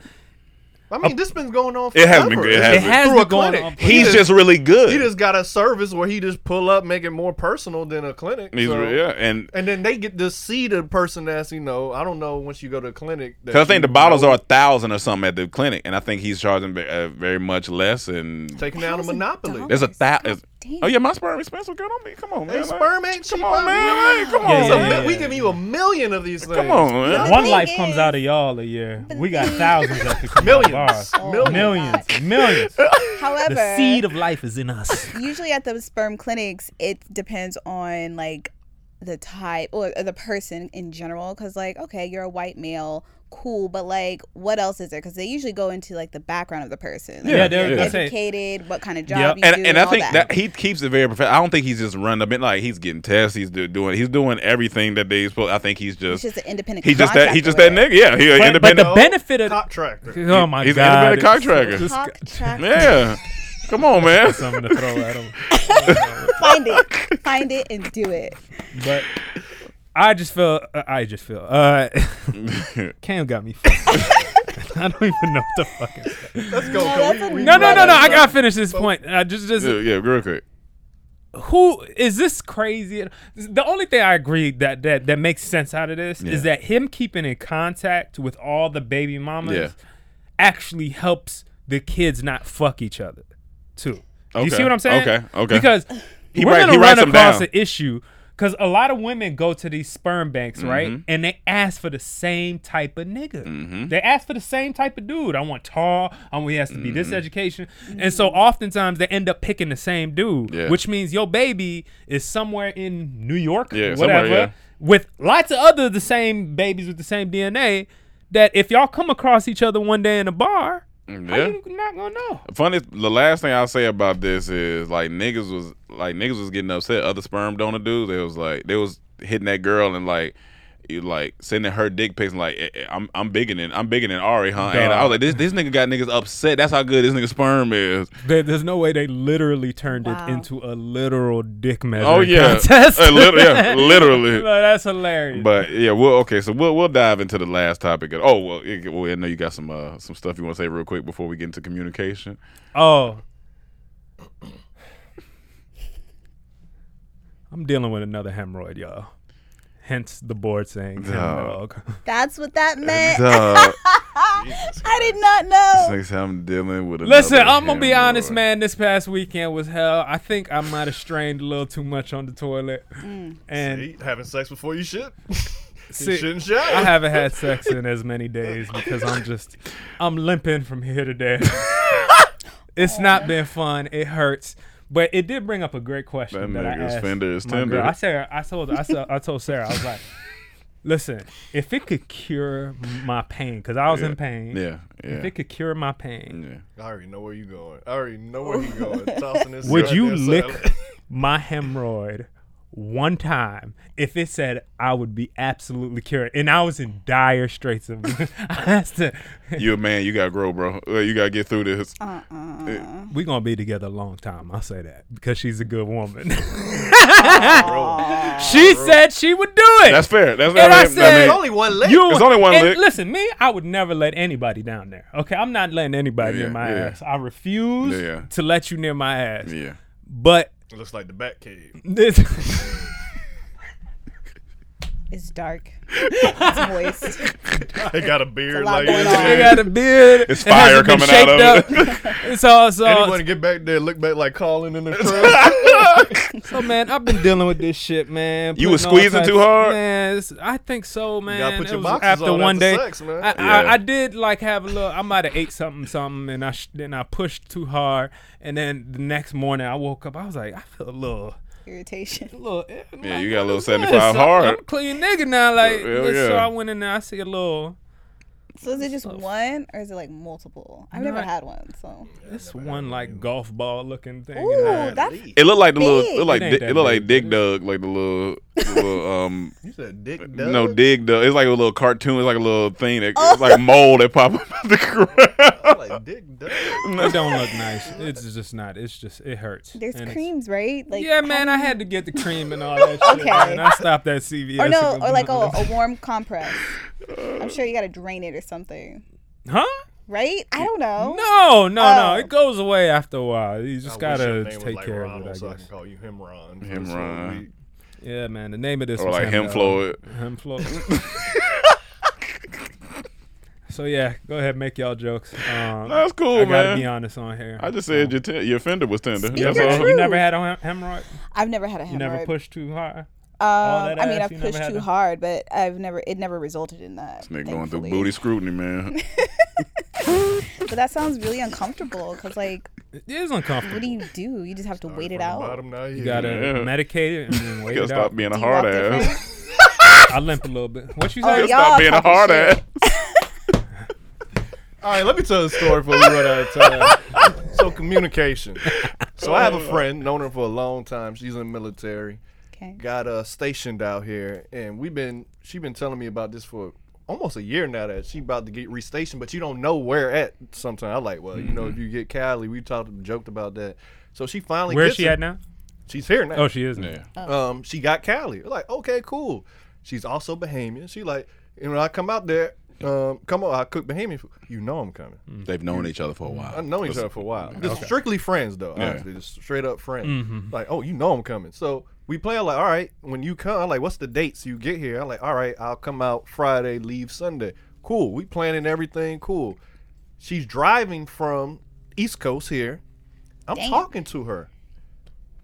I mean, this been going on. It has been forever. good. It has it has Through a been going clinic. on. for- He's is- just really good. He just got a service where he just pull up, make it more personal than a clinic. He's so- re- yeah, and And then they get to see the person that's you know I don't know once you go to a clinic. that Cause I think the you bottles know, are a thousand or something at the clinic, and I think he's charging ve- uh, very much less. And taking down a Thousand monopoly. dollars? there's a thousand. Oh damn. Oh yeah, my sperm expensive. Girl, don't be. Come on, man. Hey, like, sperm ain't Come cheap, on, my man. man. Like, come Yeah, on. yeah, man. yeah, We give you a million of these things. Come on, man. One thing life comes is- out of y'all a year. We got thing- thousands of people. Oh, Millions. Millions. millions, millions. however The seed of *laughs* life is in us. usually at the sperm clinics it depends on like the type or the person in general because like okay you're a white male cool but like what else is there because they usually go into like the background of the person like, Yeah, they're- you're that's it. educated what kind of job Yep. you do And, and I all think that, that he keeps it very professional. I don't think he's just running up in like he's getting tests. He's do- doing he's doing everything that they supposed. I think he's he's just just an independent he's just that he's just that nigga. Yeah, he an But, but the independent. benefit of Contractor. oh my he's god, an independent it's- contractor. *laughs* contractor Yeah, come on, man. something to throw at him. find it find it and do it But I just feel. Uh, I just feel. Uh, Cam got me. Fucked. *laughs* up. I don't even know what the fuck. Is. Let's No, go. that's we- a- we *laughs* No, no, no, brought no. it I up. gotta finish this point. Uh, just, just yeah, *laughs* yeah, real quick. who is this crazy? The only thing I agree that that that makes sense out of this Yeah. is that him keeping in contact with all the baby mamas Yeah. actually helps the kids not fuck each other too. You Okay, see what I'm saying? okay, okay. Because He we're write- gonna he run writes 'em across down. an issue because a lot of women go to these sperm banks, Mm-hmm. right? And they ask for the same type of nigga. Mm-hmm. They ask for the same type of dude. I want tall. I want he has to be Mm-hmm. this education. And so oftentimes they end up picking the same dude, Yeah. which means your baby is somewhere in New York, Yeah, somewhere, whatever, yeah. with lots of other the same babies with the same DNA. That if y'all come across each other one day in a bar, how Yeah. you not gonna know? Funny, the last thing I'll say about this is like niggas was like niggas was getting upset. Other sperm donor dudes, they was like they was hitting that girl and like you like sending her dick pics and like eh, eh, I'm I'm bigger than I'm bigger than Ari, huh? And I was like this this nigga got niggas upset. That's how good this nigga sperm is. There, there's no way they literally turned Wow. it into a literal dick measuring Oh yeah, contest. Eh, lit- *laughs* yeah, literally. Like, that's hilarious. But yeah, we'll okay. So we'll we'll dive into the last topic. Oh well, it, well I know you got some uh, some stuff you want to say real quick before we get into communication. oh, I'm dealing with another hemorrhoid, y'all. Hence the board saying hemorrhoid. that's what that meant Duh. i did not know Next time I'm dealing with. Listen, another I'm gonna be honest, hemorrhoid. man. This past weekend was hell. I think I might have strained a little too much on the toilet, and See, having sex before you shit. See, you shouldn't shower. I haven't had sex in as many days because I'm just I'm limping from here *laughs* to there. it's not been fun. It hurts. But it did bring up a great question That that, I nigga's asked fender is my tender. girl. I said I told I said, I told Sarah I was like, listen, if it could cure my pain, because I was in pain. Yeah, If yeah. it could cure my pain, yeah. I already know where you *laughs* going. I already know where you going. Tossing this. would *laughs* shit you right there, lick son. my hemorrhoid one time if it said I would be absolutely cured, and I was in dire straits of. *laughs* I has to. You a man, you gotta grow, bro. Uh, You gotta get through this. Uh-huh. We gonna be together a long time. I'll say that because she's a good woman. *laughs* she said she would do it. That's fair. That's And I I mean- I said, mean- Only one lick. You, There's only one and lick. Listen, me, I would never let anybody down there. Okay, I'm not letting anybody Yeah, near my yeah. ass. I refuse Yeah, yeah. to let you near my ass. Yeah. But It looks like the back cave. this, *laughs* It's dark. *laughs* It's moist. They got a beard lot like going this. on. I got a beard. It's It hasn't fire been coming out of shaped up. *laughs* It's all so. Anyone get back there, look back like *laughs* Colin in the truck. So man, I've been dealing with this shit, man. You was Putting all squeezing types- too hard? man. it's- I think so, man. gotta put It your was boxers after on one after day, sex, man. I, Yeah. I, I did like have a little. I might have ate something, something, and I sh- then I pushed too hard, and then the next morning I woke up. I was like, I feel a little, a Irritation. little. eh, Yeah, like, you got a little what is this? 75 I'm- hard. I'm a clean nigga now, like. Hell but- So yeah. I went in there. I see a little. So is it just one or is it like multiple? I've never Not- had one, so. This one like golf ball looking thing. Ooh, that's It looked like the little, it Big. looked like It ain't Dick- that it looked like big. Dig Dug, like the little, the little *laughs* um, you said dick dug. no Dig Dug. It's like a little cartoon. It's like a little thing that, it's Oh. like a mole that pop *laughs* up out the *laughs* ground. Like dick dug. it don't look nice. It's just not. It's just it hurts. there's And it's- creams, right? Like yeah, man, I had to get the cream and all *laughs* that shit. Okay. And I stopped at CVS. Or and no, go- or like oh. a, a *laughs* warm compress. I'm sure you gotta drain it or something, huh? right? I don't know. No, no, no. Oh. It goes away after a while. You I just wish your gotta name was take like care Ronald, of it. so I I guess. can call you him Ron. for Him this whole Ron. week. Yeah, man. The name of this Or was like Hemp Floyd. Floyd. Hemp Floyd. *laughs* so yeah, go ahead, make y'all jokes. Um, That's cool, I gotta man. be honest on here. I just said your ten, your fender was tender. Speak That's your all. truth. you never had a hem- hemorrhoid. I've never had a hemorrhoid. You never pushed too hard. Um, that I mean, ass, I've you never pushed had too to- hard, but I've never. It never resulted in that. This nigga going through thankfully. booty scrutiny, man. But that sounds really uncomfortable because, like, It is uncomfortable. what do you do? You just have to wait From it the out. Bottom now, You gotta Yeah. medicate it and *laughs* then wait gotta it stop out. being a Do you walk hard ass. different? I limp a little bit. What you Oh, say? y'all Stop being a talking hard shit. ass. All right, let me tell the story before we run out of time. So communication. So I have *laughs* a friend, known her for a long time. She's in the military. Okay. *laughs* Got uh, stationed out here, and we've been she been telling me about this for almost a year now that she about to get restationed, but you don't know where at. Sometimes I like, well, you know, Mm-hmm. if you get Cali, we talked joked about that. So she finally Where's gets she it. at now? She's here now. Oh, she is. now. Yeah. Uh. Um, she got Cali. We're like, okay, cool. She's also Bahamian. She like, and when I come out there, um, come on, I cook Bahamian food. You know I'm coming. They've known each other for a while. I've known each other for a while. Just strictly friends, though. Honestly, just straight up friends. Like, oh, you know I'm coming. So we play. I'm like, all right, when you come, I'm like, what's the dates you get here? I'm like, all right, I'll come out Friday, leave Sunday. Cool. We planning everything. Cool. She's driving from East Coast here. I'm talking to her.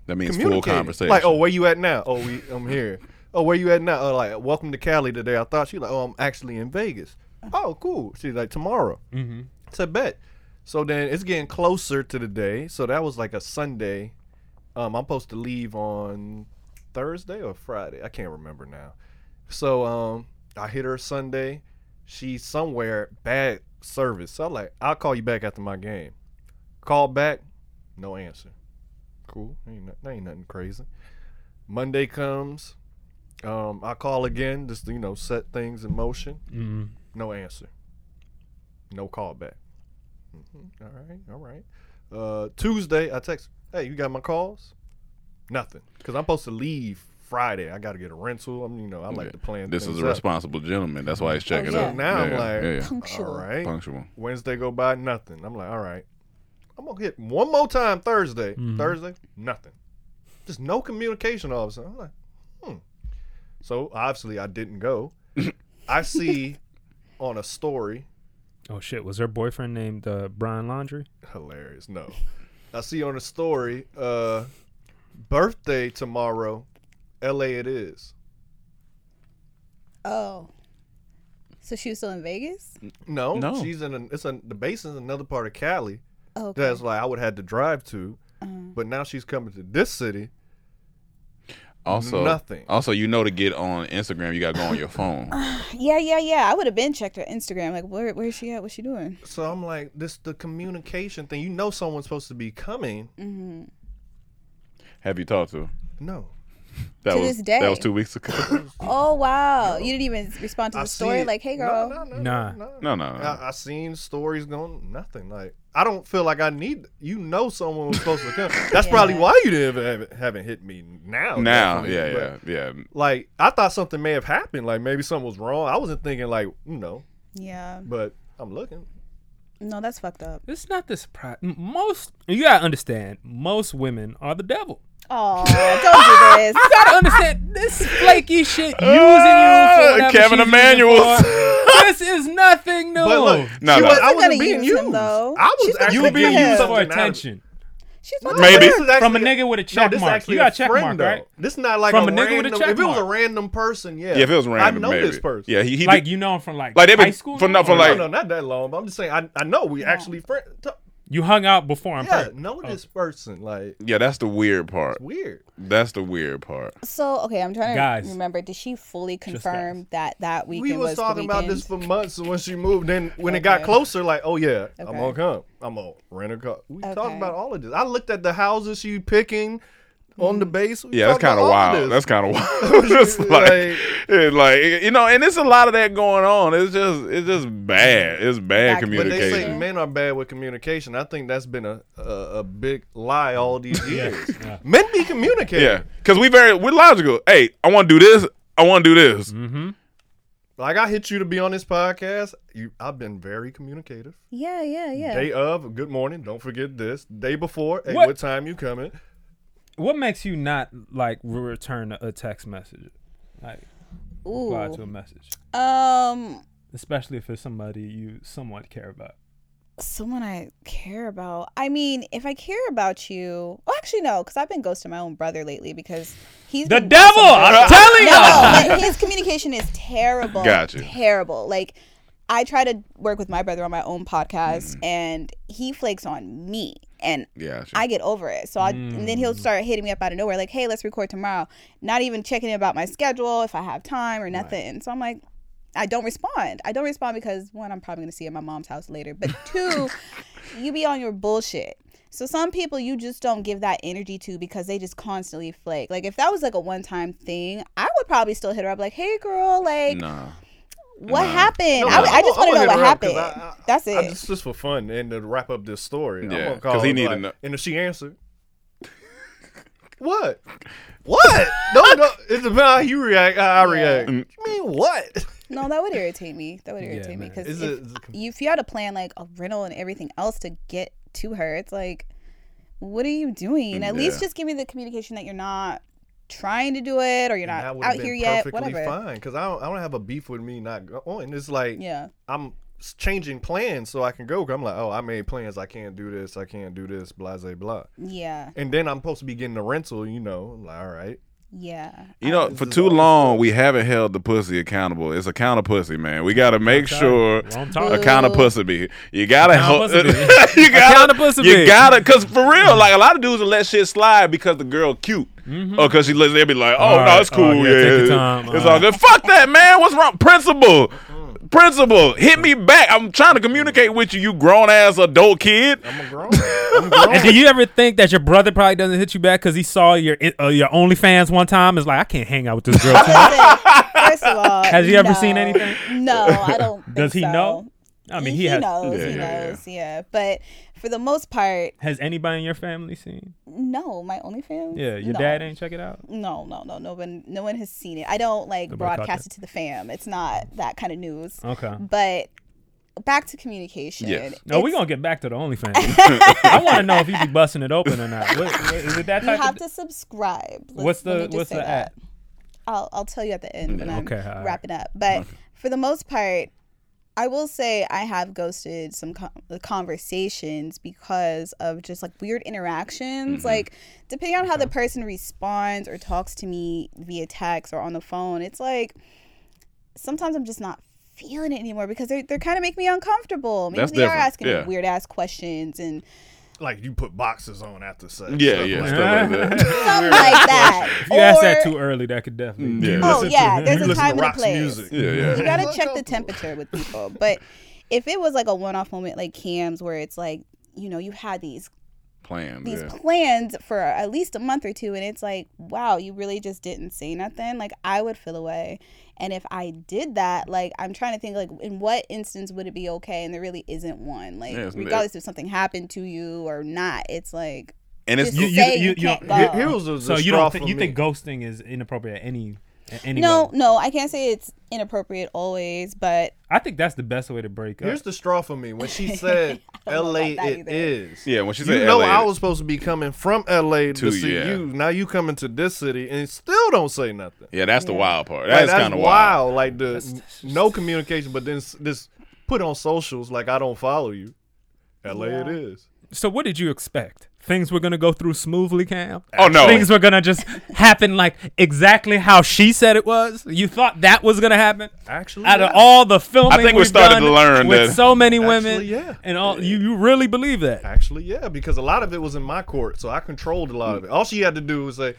That means full Communicating. conversation. Like, oh, where you at now? Oh, we, I'm here. Oh, where you at now? Oh, like, welcome to Cali today. I thought she like, oh, I'm actually in Vegas. Oh, cool. She's like, tomorrow. Mm-hmm. So bet. So then it's getting closer to the day. So that was like a Sunday. Um, I'm supposed to leave on Thursday or Friday. I can't remember now. So um, I hit her Sunday. She's somewhere bad service. So I'm like, I'll call you back after my game. Call back, no answer. Cool. Ain't no- ain't nothing crazy. Monday comes. Um, I call again, just to, you know, set things in motion. Mhm. No answer. No call back. Mhm, All right, all right. Uh, Tuesday, I text, "Hey, you got my calls?" Nothing, because I'm supposed to leave Friday. I got to get a rental. I'm, you know, I like to plan. this is things a out. responsible gentleman. That's why he's checking yeah. up. yeah, Now I'm *laughs* like, yeah, yeah. Punctual. All right. punctual. Wednesday go by, nothing. I'm like, all right, I'm gonna hit one more time Thursday. Thursday, nothing. Just no communication all of a sudden. I'm like, hmm. So obviously I didn't go. I see on a story, Oh shit! Was her boyfriend named uh, Brian Laundry? hilarious. No, I see on a story, uh, birthday tomorrow, L.A. It is. Oh, so she was still in Vegas? No, No. she's in. An, it's a, the basin's another part of Cali. Oh, okay. That's like I would had to drive to, but now she's coming to this city. Also, Nothing. Also, you know to get on Instagram, you gotta go on *laughs* your phone. Yeah, yeah, yeah. I would have been checked her Instagram. Like, where, where's she at? What's she doing? So I'm like, this the communication thing. You know, someone's supposed to be coming. Mm-hmm. Have you talked to? her? No, That To was this day. that was two weeks *laughs* ago. Oh wow! You didn't even respond to I the story. see- Like, hey No, girl, no, no, Nah. no, No, no, no. I, I seen stories going nothing. Like I don't feel like I need. You know, someone was supposed to *laughs* come. That's probably why you didn't haven't, haven't hit me now. now, oh, definitely, yeah, but, yeah, yeah. Like I thought something may have happened. Like maybe something was wrong. I wasn't thinking like you know, yeah, but I'm looking. no, that's fucked up. It's not the surprise. m- Most you gotta understand. Most women are the devil. Oh, *laughs* don't do this. You gotta understand *laughs* this flaky shit using you Ah, for whatever Kevin she's using Emanuel. for. This is nothing new. *laughs* But look, No, she no. was, I She's wasn't gonna being use used. him, though. I was She's gonna actually you being getting him. used something for out of it. attention She's about Maybe. to This is from a actually- nigga with a No, check this is mark. actually You got a a check friend, mark, though. right? This not like From a, a nigga with a random- check If it was a mark. random person, yeah. Yeah, if it was random, I know maybe. this person. Yeah, he, he like did- you know him from like, Like, they been- high school. for- no, for or- like- no, no, not that long. But I'm just saying, I, I know we actually friend. t- you hung out before. I'm yeah, pregnant. know this person. Like, yeah, that's the weird part. weird. That's the weird part. So okay, I'm trying to Guys. remember. Did she fully confirm guys. that that weekend We was was the talking about this weekend? for months. So when she moved, then when it got closer, like, oh yeah, I'm Okay. gonna come. I'm gonna rent a car. We talked Okay. about all of this. I looked at the houses she picking on Mm-hmm. the base. We Yeah, that's talked about kind of all wild. this. That's kind of wild. *laughs* It's like, Like- it's like you know, and it's a lot of that going on. It's just, it's just bad. It's bad Back- but they But they say communication. men are bad with communication. I think that's been a a, a big lie all these years. *laughs* yeah. Men be communicating. yeah, because we very we're logical. Hey, I want to do this. I want to do this. Like I hit you to be on this podcast. You, I've been very communicative. Yeah, yeah, yeah. Day of, good morning. Don't forget this. Day before, hey, What? what, time you coming? What makes you not like re- return a text message, like reply to a message, Ooh. Um, especially if it's somebody you somewhat care about? someone I care about. I mean, if I care about you, well, actually no, because I've been ghosting my own brother lately because he's The been devil! awesome. I'm telling No, you. like, his communication is terrible. Gotcha. Terrible. Like I try to work with my brother on my own podcast, and he flakes on me, and Yeah, sure. I get over it. So I and then Mm. he'll start hitting me up out of nowhere, like, "Hey, let's record tomorrow." Not even checking in about my schedule, if I have time or nothing. So I'm like, I don't respond. I don't respond because one, I'm probably gonna see you at my mom's house later, *laughs* but two, you be on your bullshit. So some people you just don't give that energy to because they just constantly flake. Like if that was like a one time thing, I would probably still hit her up like, "Hey, girl, like, nah. what happened? No, I, no, I just want I'm to know gonna what hit her happened." up 'cause I- I- That's I it. just, just for fun and to wrap up this Yeah, story. I'm gonna 'cause call he her, need to like- know- And if she answered, what? What? no, no. It depends how you react. How I react. Mm. You mean what? No, that would irritate me. That would irritate me man. because Is if, it- is it- if you had to plan like a rental and everything else to get to her, it's like, what are you doing? At least Yeah. just give me the communication that you're not trying to do it or you're And that not would have out been here yet. perfectly Whatever. fine because I don't, I don't have a beef with me not going. It's like Yeah. I'm s- changing plans so I can go. 'Cause I'm like, oh, I made plans. I can't do this. I can't do this. Blah blah blah. Yeah. And then I'm supposed to be getting a rental. You know, I'm like, all right. Yeah. You know, this for is too all- long we haven't held the pussy accountable. It's a counter pussy, man. We gotta make sure Wrong a time. counter pussy be. You gotta hold. Account pussy be. *laughs* you gotta Account pussy You be. gotta, cause for real, like a lot of dudes will let shit slide because the girl cute. Or because she looks, they'll be like, oh, Mm-hmm. All no, right, it's cool. all right, yeah, yeah, take your time, It's all Mm. all good. Fuck that, man. What's wrong? Principal. Principal, hit me back. I'm trying to communicate with you, you grown ass adult kid. I'm grown. I'm grown. And do you ever think that your brother probably doesn't hit you back because he saw your uh, your OnlyFans one time? Is like, I can't hang out with this girl. *laughs* too much." First of all, Has he ever seen no. anything? No, *laughs* I don't. think Does he so. know? I mean, he, he has. knows. Yeah, he yeah, yeah. knows. Yeah. But for the most part, Has anybody in your family seen? no. My OnlyFans. Yeah, your no. dad ain't check it out. No, no, no, no one, no one has seen it. I don't like Nobody caught broadcast that. it to the fam. It's not that kind of news. Okay. But back to communication. Yes. No, we're It's- gonna get back to *laughs* the OnlyFans. I want to know if you be busting it open or not. What, what, is it that You type? have of, to subscribe. Let- what's let me the just What's say the that. app? I'll I'll tell you at the end when I'm Okay, all right. wrapping up. But for the most part, I will say I have ghosted some con- conversations because of just like weird interactions. Mm-hmm. Like depending on how the person responds or talks to me via text or on the phone, it's like sometimes I'm just not feeling it anymore because they're, they're kind of making me uncomfortable. Maybe That's they are different, asking yeah. weird ass questions and *laughs* *laughs* like you put boxes on after sex. Yeah, yeah, stuff like that. something like that. If you ask that Or- too early, that could definitely. Yeah. Oh *laughs* yeah, there's a you listen time to and a rock's place. *laughs* music. Yeah, yeah. You gotta check the temperature with people. But if it was like a one off moment like Cam's where it's like, you know, you had these plans. these yeah. plans for at least a month or two and it's like wow you really just didn't say nothing like i would feel away and if i did that like i'm trying to think like in what instance would it be okay and there really isn't one like Yeah, it's- regardless if something happened to you or not it's like And it's- just You- you- say you- you you don't- can't here- go. here was a- so the you don't straw think for you me. think ghosting is inappropriate at any at any no level? no i can't say it's inappropriate always but I think that's the best way to break up. Here's the straw for me *laughs* when she said L.A. It is. Yeah, when she you said know LA, I was supposed to be coming from L.A. to, To- see yeah. you. Now you coming to this city and still don't say nothing. Yeah, that's the wild part. Like, That's kind of wild. wild. Like the no communication, but then s- this put on socials like I don't follow you. L.A. It Yeah. is. So what did you expect? Things were gonna go through smoothly, Cam. Oh, no. Things were gonna just happen like exactly how she said it was. You thought that was gonna happen? Actually, out of yeah. all the filming, I think we we've started done to learn with that- so many women, Actually, yeah. and all you, you really believe that? Actually, yeah, because a lot of it was in my court, so I controlled a lot of it. All she had to do was say,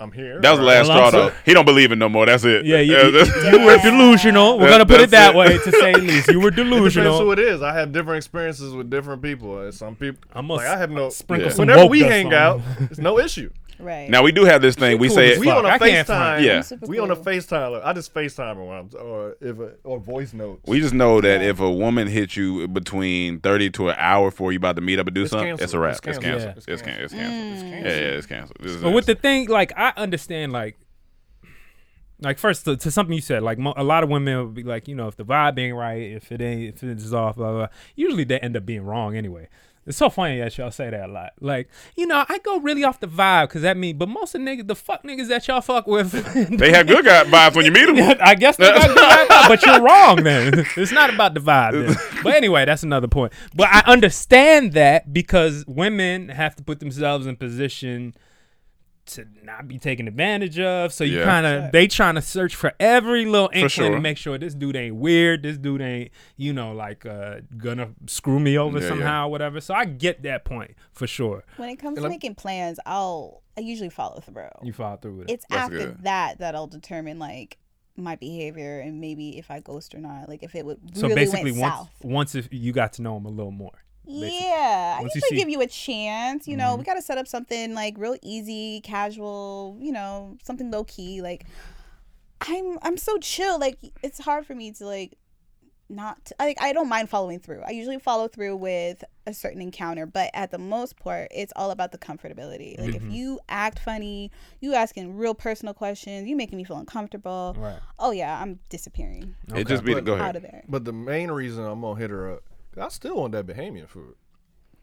"I'm here." That was the All last right. straw though. He don't believe it no more. That's it. Yeah, you, Yeah, *laughs* you, that's- you *laughs* were delusional. We're That- gonna put it that's that way to say at least you were It depends who delusional. it is. I have different experiences with different people. And Some people, I'm must like, I have no sprinkle some Whenever woke we dust hang *laughs* on out, them. it's no issue. Right. Now we do have this thing. We say it. we on a I can't FaceTime. front. Yeah. we on a FaceTime. Like, I just FaceTime her when I'm, or if a, or voice note. We just know that if a woman hits you between thirty to an hour before you about to meet up and do It's something, canceled. it's a wrap. It's It's canceled. canceled. It's canceled. It's canceled. It's Mm. canceled. Yeah, yeah, it's canceled. This is But it. with the thing, like I understand, like, like first to, to something you said, like mo- a lot of women would be like, you know, if the vibe ain't right, if it ain't, if it's off, blah blah. blah. Usually they end up being wrong anyway. It's so funny that y'all say that a lot. Like, you know, I go really off the vibe because that mean, but most of the niggas, the fuck niggas that y'all fuck with, *laughs* they have good guy vibes when you meet them. I guess they got good vibe, but *laughs* you're wrong then. *laughs* It's not about the vibe then. But anyway, that's another point. But I understand that because women have to put themselves in position to not be taken advantage of. So you Yeah. kind of they trying to search for every little inkling sure. to make sure this dude ain't weird, this dude ain't, you know, like uh gonna screw me over Yeah, yeah. somehow or whatever. So I get that point for sure. when it comes And to I'm- making plans i'll i usually follow through You follow through with it. it's after that that I'll determine like my behavior and maybe if I ghost or not. Like if it would So really basically went once south. once if you got to know him a little more. Yeah, I Once you usually see- give you a chance. You know, we gotta set up something like real easy, casual. You know, something low key. Like I'm, I'm so chill. Like it's hard for me to like not. Like I don't mind following through. I usually follow through with a certain encounter, but at the most part, it's all about the comfortability. Like Mhm. if you act funny, you asking real personal questions, you making me feel uncomfortable. Right. Oh yeah, I'm disappearing. But- Out of there. But the main reason I'm gonna hit her up, 'cause I still want that Bahamian food.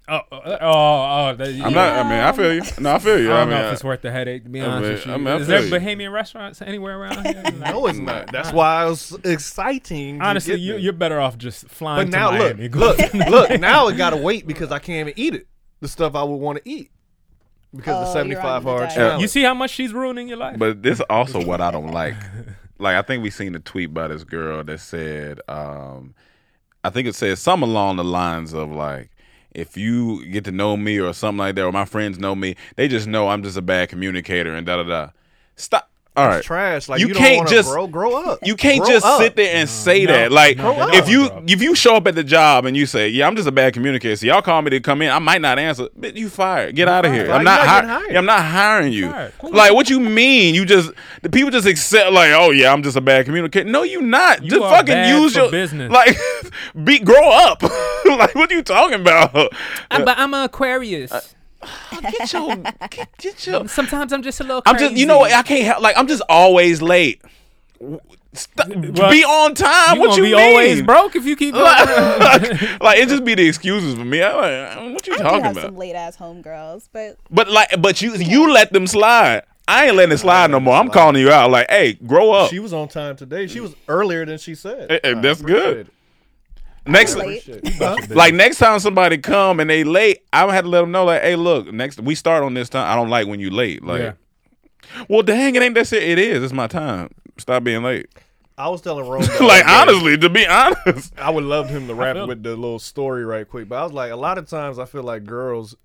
Oh, oh, oh, oh that- I'm not- I mean, I feel *laughs* you. No, I feel you. I I don't mean, know if I- it's worth the headache. To be I honest mean, with you, I mean, I is feel there you. Bahamian restaurants anywhere around here? *laughs* No, it's not. That's why it's exciting. to Honestly, get you, there. you're better off just flying. But now to look, Miami. *laughs* *laughs* look, look. Now I gotta wait because I can't even eat it. The stuff I would want to eat because the Oh, seventy five hard diet. challenge. You see how much she's ruining your life. But this also what I don't like. Like I think we seen a tweet by this girl that said, um, I think it said something along the lines of like, if you get to know me or something like that, or my friends know me, they just know I'm just a bad communicator and da da da. Stop. All It's right, trash. Like, you don't can't wanna just grow- grow up. You can't Grow just up. sit there and say No, that. Like, no, Grow if up. you if you show up at the job and you say, "Yeah, I'm just a bad communicator," so y'all call me to come in, I might not answer. But you fired. Get out of here. Why I'm you not. not hi- getting hired? yeah, I'm not hiring you. fired. Like, what you mean? You just the people just accept like, "Oh yeah, I'm just a bad communicator." No, you not. You just are fucking bad use for your business. Like, *laughs* be grow up. *laughs* like, what you talking about? I'm, but I'm an Aquarius. get your, get, your. Sometimes I'm just a little. I'm just, you know, what? I can't help. Like, I'm just always late. St- be on time. You what gonna you be mean? always broke if you keep. going. like, *laughs* like, it just be the excuses for me. I'm like, what you I do talking have about? some late ass homegirls, but But like, but you you let them slide. I ain't letting it slide no more. I'm calling you out. Like, hey, grow up. She was on time today. She was earlier than she said. Eh, eh, I that's appreciate good. it. Next, Appreciate it. Huh? like next time somebody come and they late, I'm gonna have to let them know. Like, hey, look, next we start on this time. I don't like when you late. Like, well, dang, it ain't that it. It is. It's my time. Stop being late. *laughs* I was telling Rome. the like, other day, honestly, to be honest, I would love him to I feel- wrap with the little story right quick. But I was like, a lot of times I feel like girls.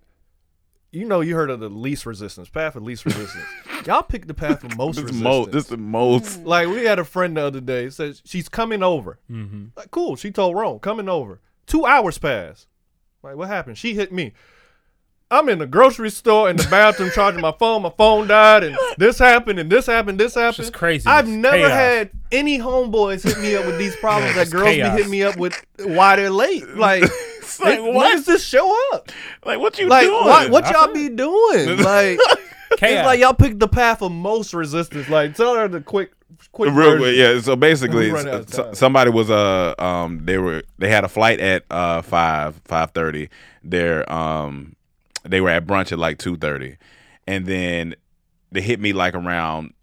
You know, you heard of the least resistance path of *laughs* least resistance. Y'all pick the path of most This is resistance. mo- this is the most. Like we had a friend the other day said she's coming over. Mhm. Like cool, she told Rome coming over. Two hours pass. Like what happened? She hit me. I'm in the grocery store in the bathroom charging my phone. My phone died, and this happened, and this happened, this happened. just craziness, I've never chaos. had any homeboys hit me up with these *laughs* problems Yeah, that just girls chaos. be hitting me up with why they're late. Like, like, like what? niggas just show up. Like what you Like, doing? what, what I feel y'all be doing? Like, Chaos. it's like y'all picked the path of most resistance. Like, tell her the quick, quick, Real version. quick, yeah. So basically, We run out of so- time. somebody was uh um they were they had a flight at uh five five thirty. Their um they were at brunch at like two thirty, and then they hit me like around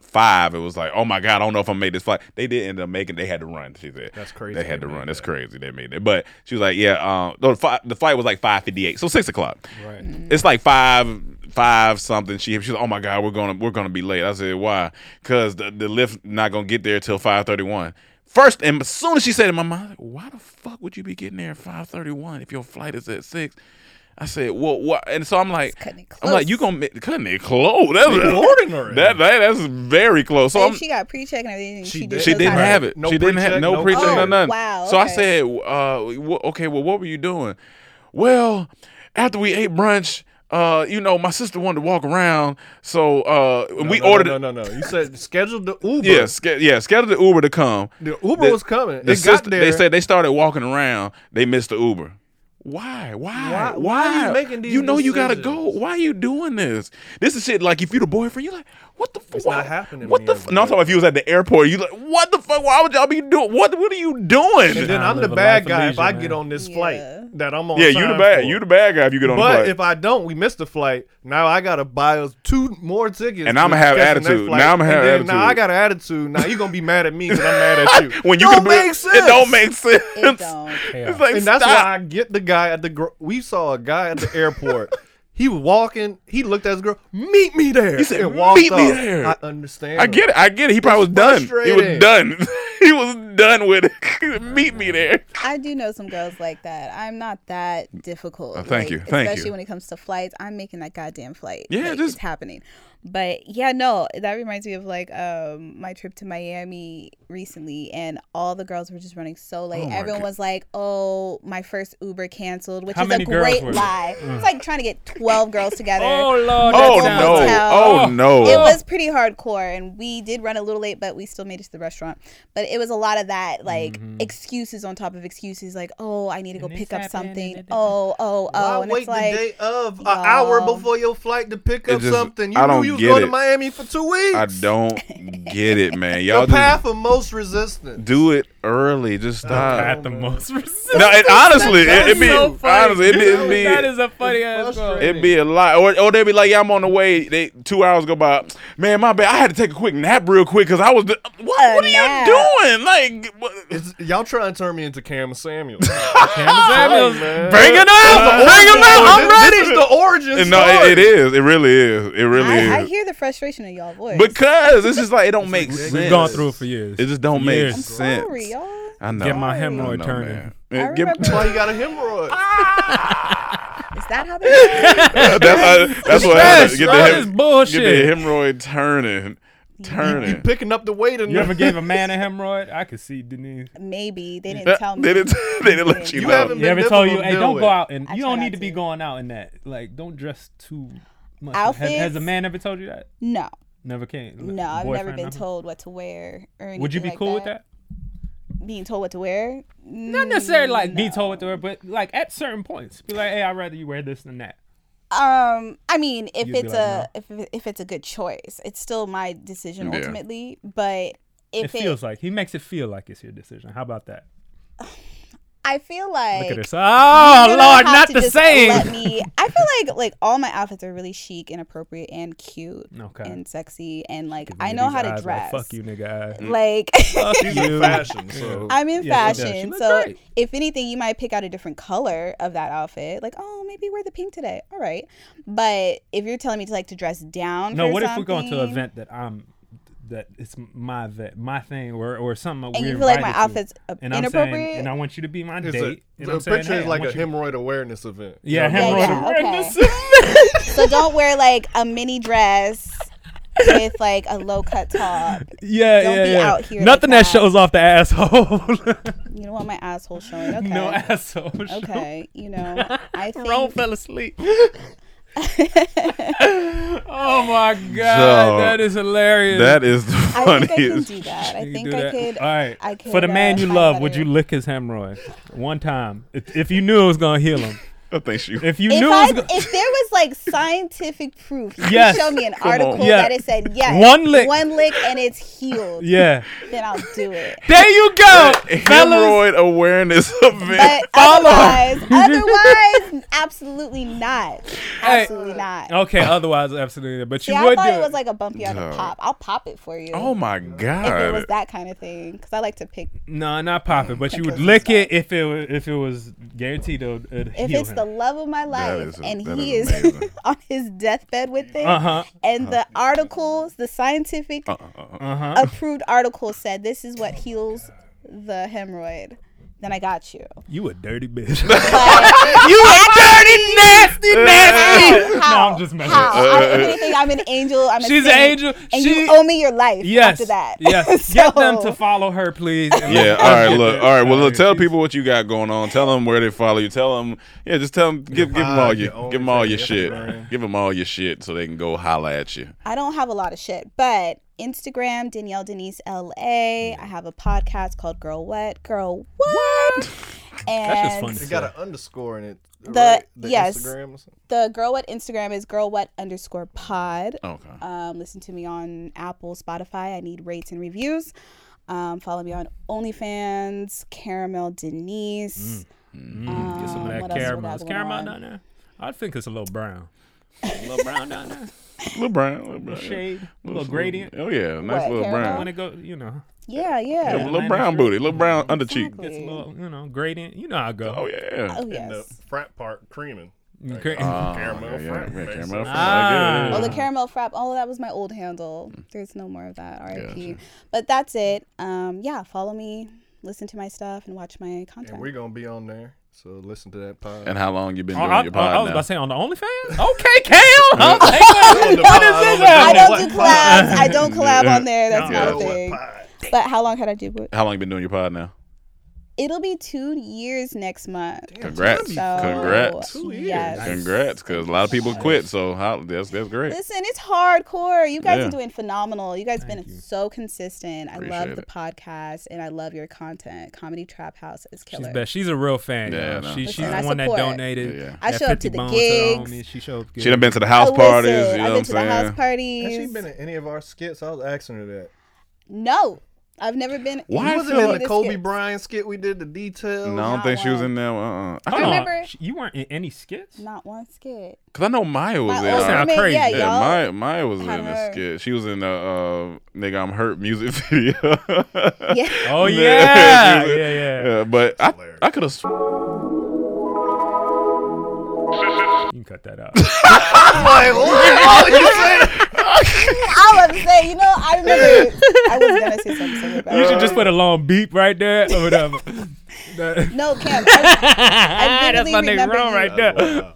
five. It was like, oh my god, I don't know if I made this flight. They did end up making. They had to run. She said That's crazy. They had to They made run. That's that. crazy. They made it. But she was like, yeah. Um, the, fi- the flight was like five fifty eight. So six o'clock. Right. It's like five five something. She she's like, oh my god, we're gonna we're gonna be late. I said why? Cause the, the lift not gonna get there till five thirty one. First and as soon as she said it, in my mind, why the fuck would you be getting there at five thirty one if your flight is at six? I said, well, what? And so I'm like, cutting it I'm like, close. you gonna make- cutting it close? *laughs* That's *laughs* Ordinary. That, that that's very close. So So I'm, she got pre-check and everything. She She, did. did. she those didn't high- have it. No she didn't have pre-check, no no pre-check, nothing. no nothing. Oh, wow, So I okay. said, uh, wh- okay, well, what were you doing? Well, after we ate brunch, uh, you know, my sister wanted to walk around, so uh, No, we no, ordered. No, no, no, no. You said scheduled the Uber. Yeah, sca- yeah, scheduled the Uber to come. The Uber was coming. the It sister- got there. They said they started walking around. They missed the Uber. Why? Why? Why- why are you making these You know you gotta go. decisions? Why are you doing this? This is shit. Like if you the boyfriend, you like what the fuck? It's not happening What when the? you're F- the no, I'm talking about if you was at the airport. You like what the fuck? Why would y'all be doing? What? What are you doing? And then Nah, I'm the live a life bad of guy if leisure, I man. get on this Yeah. flight that I'm on. yeah, you the time bad. for. You the bad guy if you get on the But flight. if I don't, we miss the flight. Now I gotta buy us two more tickets. And I'ma to have catch the next attitude. flight. Now I'ma have and then, Now attitude. I got an attitude. Now you gonna be mad at me because I'm *laughs* mad at you. when you don't could be- make sense. it don't make sense. It *laughs* *laughs* don't. It's like and that's stop. why I get the guy at the. Gro- we saw a guy at the airport. he was walking. He looked at his girl. Meet me there. He said, and walked "Meet me off. there." I understand. I get it. I get it. He probably was done. He was frustrating. done. *laughs* he was done with it. *laughs* Meet me there. I do know some girls like that. I'm not that difficult. Oh, thank like, you, thank especially you. when it comes to flights. I'm making that goddamn flight. Yeah, Like, just- it's happening. But yeah, no, that reminds me of like um my trip to Miami recently and all the girls were just running so late. Oh, my Everyone God. was like, Oh, my first Uber canceled, which How is a many girls great were there? lie. it's like trying to get twelve girls together. Oh lord. Mm. Oh That's no. almost Oh hell. no. It was pretty hardcore, and we did run a little late, but we still made it to the restaurant. But it was a lot of that, like excuses on top of excuses, like oh, I need to go Mm-hmm. And pick this up something. happened, and it- Oh, oh, oh, Why and wait it's like the day of an hour y'all. before your flight to pick It up just- something? You I knew don't you was get going it. to Miami for two weeks. I don't get it, man. Y'all The path just of most resistance. do it early. Just stop. At the most. *laughs* No, it, honestly, it, it be so funny. honestly, it be, it be that is a funny ass quote. frustrating. It'd be a lot, or, or they'd be like, "Yeah, I'm on the way." They two hours go by. Man, my bad. I had to take a quick nap real quick because I was. d- What, what are nap. you doing? Like, what, It's- y'all trying to turn me into Cam *laughs* Samuel. Samuels. bring it out, bring it out. I'm ready. This is the origin no, story. it, it is. It really is. It really I, I is. hear the frustration in y'all voice. because this is like it don't make sense. We've gone through it for years. It just don't make Years. I'm sense. Sorry, y'all. I know. Get Oh, my I hemorrhoid know, turning. man. I Get- remember- That's why you got a hemorrhoid. Ah. Is that how they? *laughs* *laughs* that's how, that's what happened. Stress, Get bro, the this hem- bullshit. Get the hemorrhoid turning, You turning. picking up the weight and You ever gave a man a hemorrhoid? I could see Denise. Maybe they didn't That- tell me. They didn't, *laughs* they didn't let you, You know. haven't You been ever told you, difficult hey, to don't do go it." out and I you try don't not need to be to. going out in that. Like, don't dress too much. Has, Outfits? has a man ever told you that? No, Never came. no, I've never Boyfriend, been nothing? told what to wear or anything. Would you be like cool with that? Being told what to wear? Not necessarily like be Mm, told what to wear, but like at certain points, be like, "Hey, I'd rather you wear this than that." Um, I mean, if You'd be it's like, a if, if it's a good choice, it's still my decision Yeah. ultimately. But It, if it, feels like he makes it feel like it's your decision. How about that? I feel like Look at this. you Oh don't Lord, have not to the just Let same. *laughs* me. I feel like like all my outfits are really chic and appropriate and cute *laughs* Okay. and sexy and like Give me I know these how to eyes dress. like, Fuck you, *laughs* nigga. eyes. Like Fuck you. Fashion. So I'm in Yeah, she does. She fashion, look so great. if anything, you might pick out a different color of that outfit. Like, oh, maybe wear the pink today. All right, but if you're telling me to like to dress down, No, for what if we go into an something- event that I'm that it's my event, my thing, or or something that And we're you feel like my invited to, outfit's, uh, and I'm inappropriate? saying, and I want you to be my *laughs* it's a, date. and the I'm picture saying, hey, is I like a want you- hemorrhoid awareness event. Yeah, You know, Yeah, hemorrhoid yeah, awareness. So don't wear like a mini dress with like a low cut top. *laughs* Yeah, Don't yeah, be yeah. out here like Nothing that shows off the *laughs* asshole. *laughs* You don't want my asshole showing. Okay. No asshole. *laughs* show. Okay, you know, *laughs* I think *laughs* Rome fell asleep. oh my god, So, that is hilarious. That is the I think I can funniest. do that. I You think do I that. could. All right. I could. For the man uh, you have love, that would in- you lick his hemorrhoid one time? If, if you knew it was gonna heal him. I think she. If you If knew I, it was gonna, if there was like scientific proof, you Yes. show me an on. article Yeah. that it said yes, One lick. one lick, and it's healed. yeah. then I'll do *laughs* it. There you go, fellas. Hemorrhoid awareness *laughs* event. But *laughs* otherwise, otherwise, absolutely not. Absolutely not. Okay, otherwise absolutely, not, but you See, I would do thought it it. was like a bump you had to pop. I'll pop it for you. Oh my if it was god. that kind of thing, because I like to pick. no, not pop it, but you would Because lick it's it if it wa- if it was guaranteed to it If heal it's him. the love of my life is- and that he is is, amazing. *laughs* on his deathbed with it, Uh-huh. and the articles, the scientific Uh-uh. *laughs* uh-huh. approved article said this is what heals the hemorrhoid, then I got *laughs* you. you a dirty bitch. But *laughs* you a dirty nasty nasty. How? *laughs* No, I'm just messing. how? I'm, if anything, I'm an angel. I'm a She's an saint, angel. and She- you owe me your life Yes. after that. *laughs* Yes. Get them So- to follow her, please. Yeah. All right. Look. All right. Well, look, tell people what you got going on. Tell them where they follow you. Tell them. Yeah. Just tell them. Give, give them all Pod, your. your Give them all your OnlyFans, shit. Instagram. Give them all your shit so they can go holla at you. I don't have a lot of shit, but Instagram, Danielle Denise LA. I have a podcast called Girl What? Girl What? *laughs* And That's just funny. It got an underscore in it. The- right? yes. Instagram or something? the Girl What Instagram is Girl What underscore pod. Okay. Um, listen to me on Apple, Spotify. I need rates and reviews. Um, follow me on OnlyFans, Caramel Denise. Mm, get some of Um, that what else we caramel. got Is going caramel on? down there? I think it's a little brown. A little brown down there. Little brown. Little brown. Shade. *laughs* A little gradient. Oh yeah. Nice What, little caramel? When brown. it go, you know, Yeah, yeah. Yeah, little brown booty. Little brown under cheek. Exactly. it's a little, you know, gradient. You know how I go. Oh yeah. Oh, And the yes. frat part creaming. Gra- Oh, Caramel yeah, yeah, front, yeah, basically. caramel front. Ah. I get Oh, it. the caramel frap. Oh, that was my old handle. There's no more of that. RIP. Gotcha. But that's it. Um, yeah, follow me, listen to my stuff, and watch my content. And we're going to be on there. So listen to that pod. And how long you been Oh, doing I, your I- I pod was now? about to say on the OnlyFans. Okay, *laughs* Cam. Okay, *laughs* Cam. the what pod, on is the this? I pod. happening? don't do collabs. I don't collab on there. That's No. not a thing. But how long had I do it? How long you been doing your pod now? It'll be two years next month. Congrats. So, Congrats. Yes. Congrats, because a lot of people quit. So how, that's that's great. Listen, it's hardcore. You guys Yeah. are doing phenomenal. You guys have been so consistent. I Appreciate love the it. podcast and I love your content. Comedy Trap House is killer. She's best. She's a real fan. Yeah, Yeah, no. she, she's Listen, I the one that support. donated. Yeah. I that show up to 50 the bones the gigs. homies. She showed up. She done good. been to the house Oh, parties. listen, You know I've what I'm been to the saying? house parties. Has she been in any of our skits? I was asking her that. No, I've never been. Why She I wasn't feel in like- the Kobe skits. Bryant skit we did, the details. No, I don't Not think she was one. in there. Uh, uh Hold on. remember- Sh- You weren't in any skits. Not one skit. cause I know Maya was My in. old uh, Sound roommate, crazy. yeah, yeah, y'all. Maya, Maya was in had a her. skit. She was in the uh, "Nigga I'm Hurt" music *laughs* video. yeah. *laughs* *laughs* *laughs* Oh yeah, She was yeah, in- yeah. yeah, But I, I could have. Sw- You can cut that out. *laughs* I was saying, you know, I remember. I was gonna say something about you should just put a long beep right there or *laughs* whatever. No, Cam. I, I *laughs* That's literally my nigga remember wrong you- right there.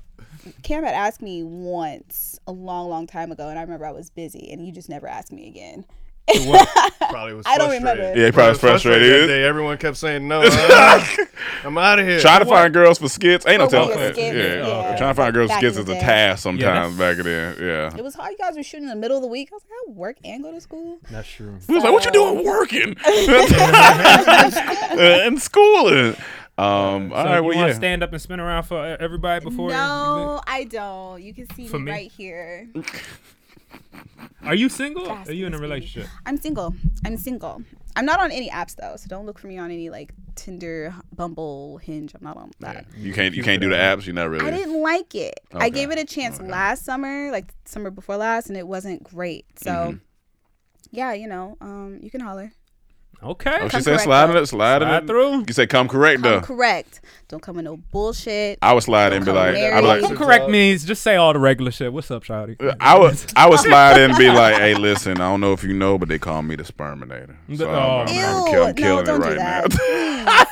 Cam had asked me once a long, long time ago, and I remember I was busy, and you just never asked me again. Probably *laughs* was I don't frustrated. remember. yeah, he probably was that frustrated. day. Everyone kept saying *laughs* no. I'm- I'm out of here. Trying to find girls for skits. Ain't no For telling. weird skits, Yeah. yeah. Trying to find girls for Back skits in is the a day. task Yeah, sometimes back then. Yeah. It was hard. You guys were shooting in the middle of the week. I was like, I work and go to school. That's true. We was like, "What you *laughs* doing working *laughs* and schooling?" Um, all So right, you well, want to yeah. stand up and spin around for uh, everybody before? you- No, I don't. You can see For me, me? right here. Are you single? Are you Fastest, in a baby. relationship? I'm single. I'm single. I'm not on any apps though, so don't look for me on any like Tinder, Bumble, Hinge. I'm not on that. You can't you can't do the apps. You're not I really. didn't like it. Okay. I gave it a chance last summer, like summer before last, and it wasn't great. So, Mm-hmm. yeah, you know, um, you can holler. Okay. Oh, she Come said correct, slide though. it, slide Slide it through. You said come correct Come though. correct. Don't come with no bullshit. I would slide in and be Come like, I'd be married. like, Come correct means just say all the regular shit. What's up, Shawty? I would *laughs* I would slide in and be like, hey, listen, I don't know if you know, but they call me the sperminator. So I'm, Oh, I'm- Ew, I'm kill- I'm no, killing don't it do right that. now.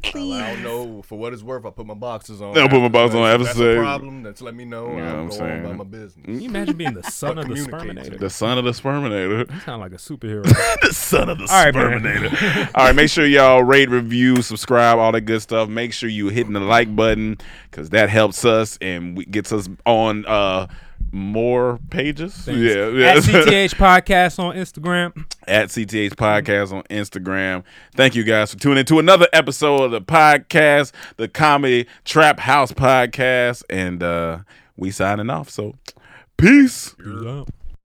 Please. please. I don't know. For what it's worth, I put my boxes on. Yeah, I put my boxes on If after That's sex. a problem. That's let me know. You know I'll what I'm go saying? on about my business. Can you Imagine being the son *laughs* But of the communicate to *laughs* sperminator. The son of the sperminator. You sound like *laughs* a superhero. the son of the All right, man. sperminator. *laughs* all right, make sure y'all rate, review, subscribe, all that good stuff. Make sure you hitting the like button because that helps us and we, gets us on uh more pages. Yeah, yeah. At CTH Podcast on Instagram. at CTH Podcast on Instagram. Thank you guys for tuning in to another episode of the podcast, the Comedy Trap House Podcast, and uh we signing off. So, peace. Peace out.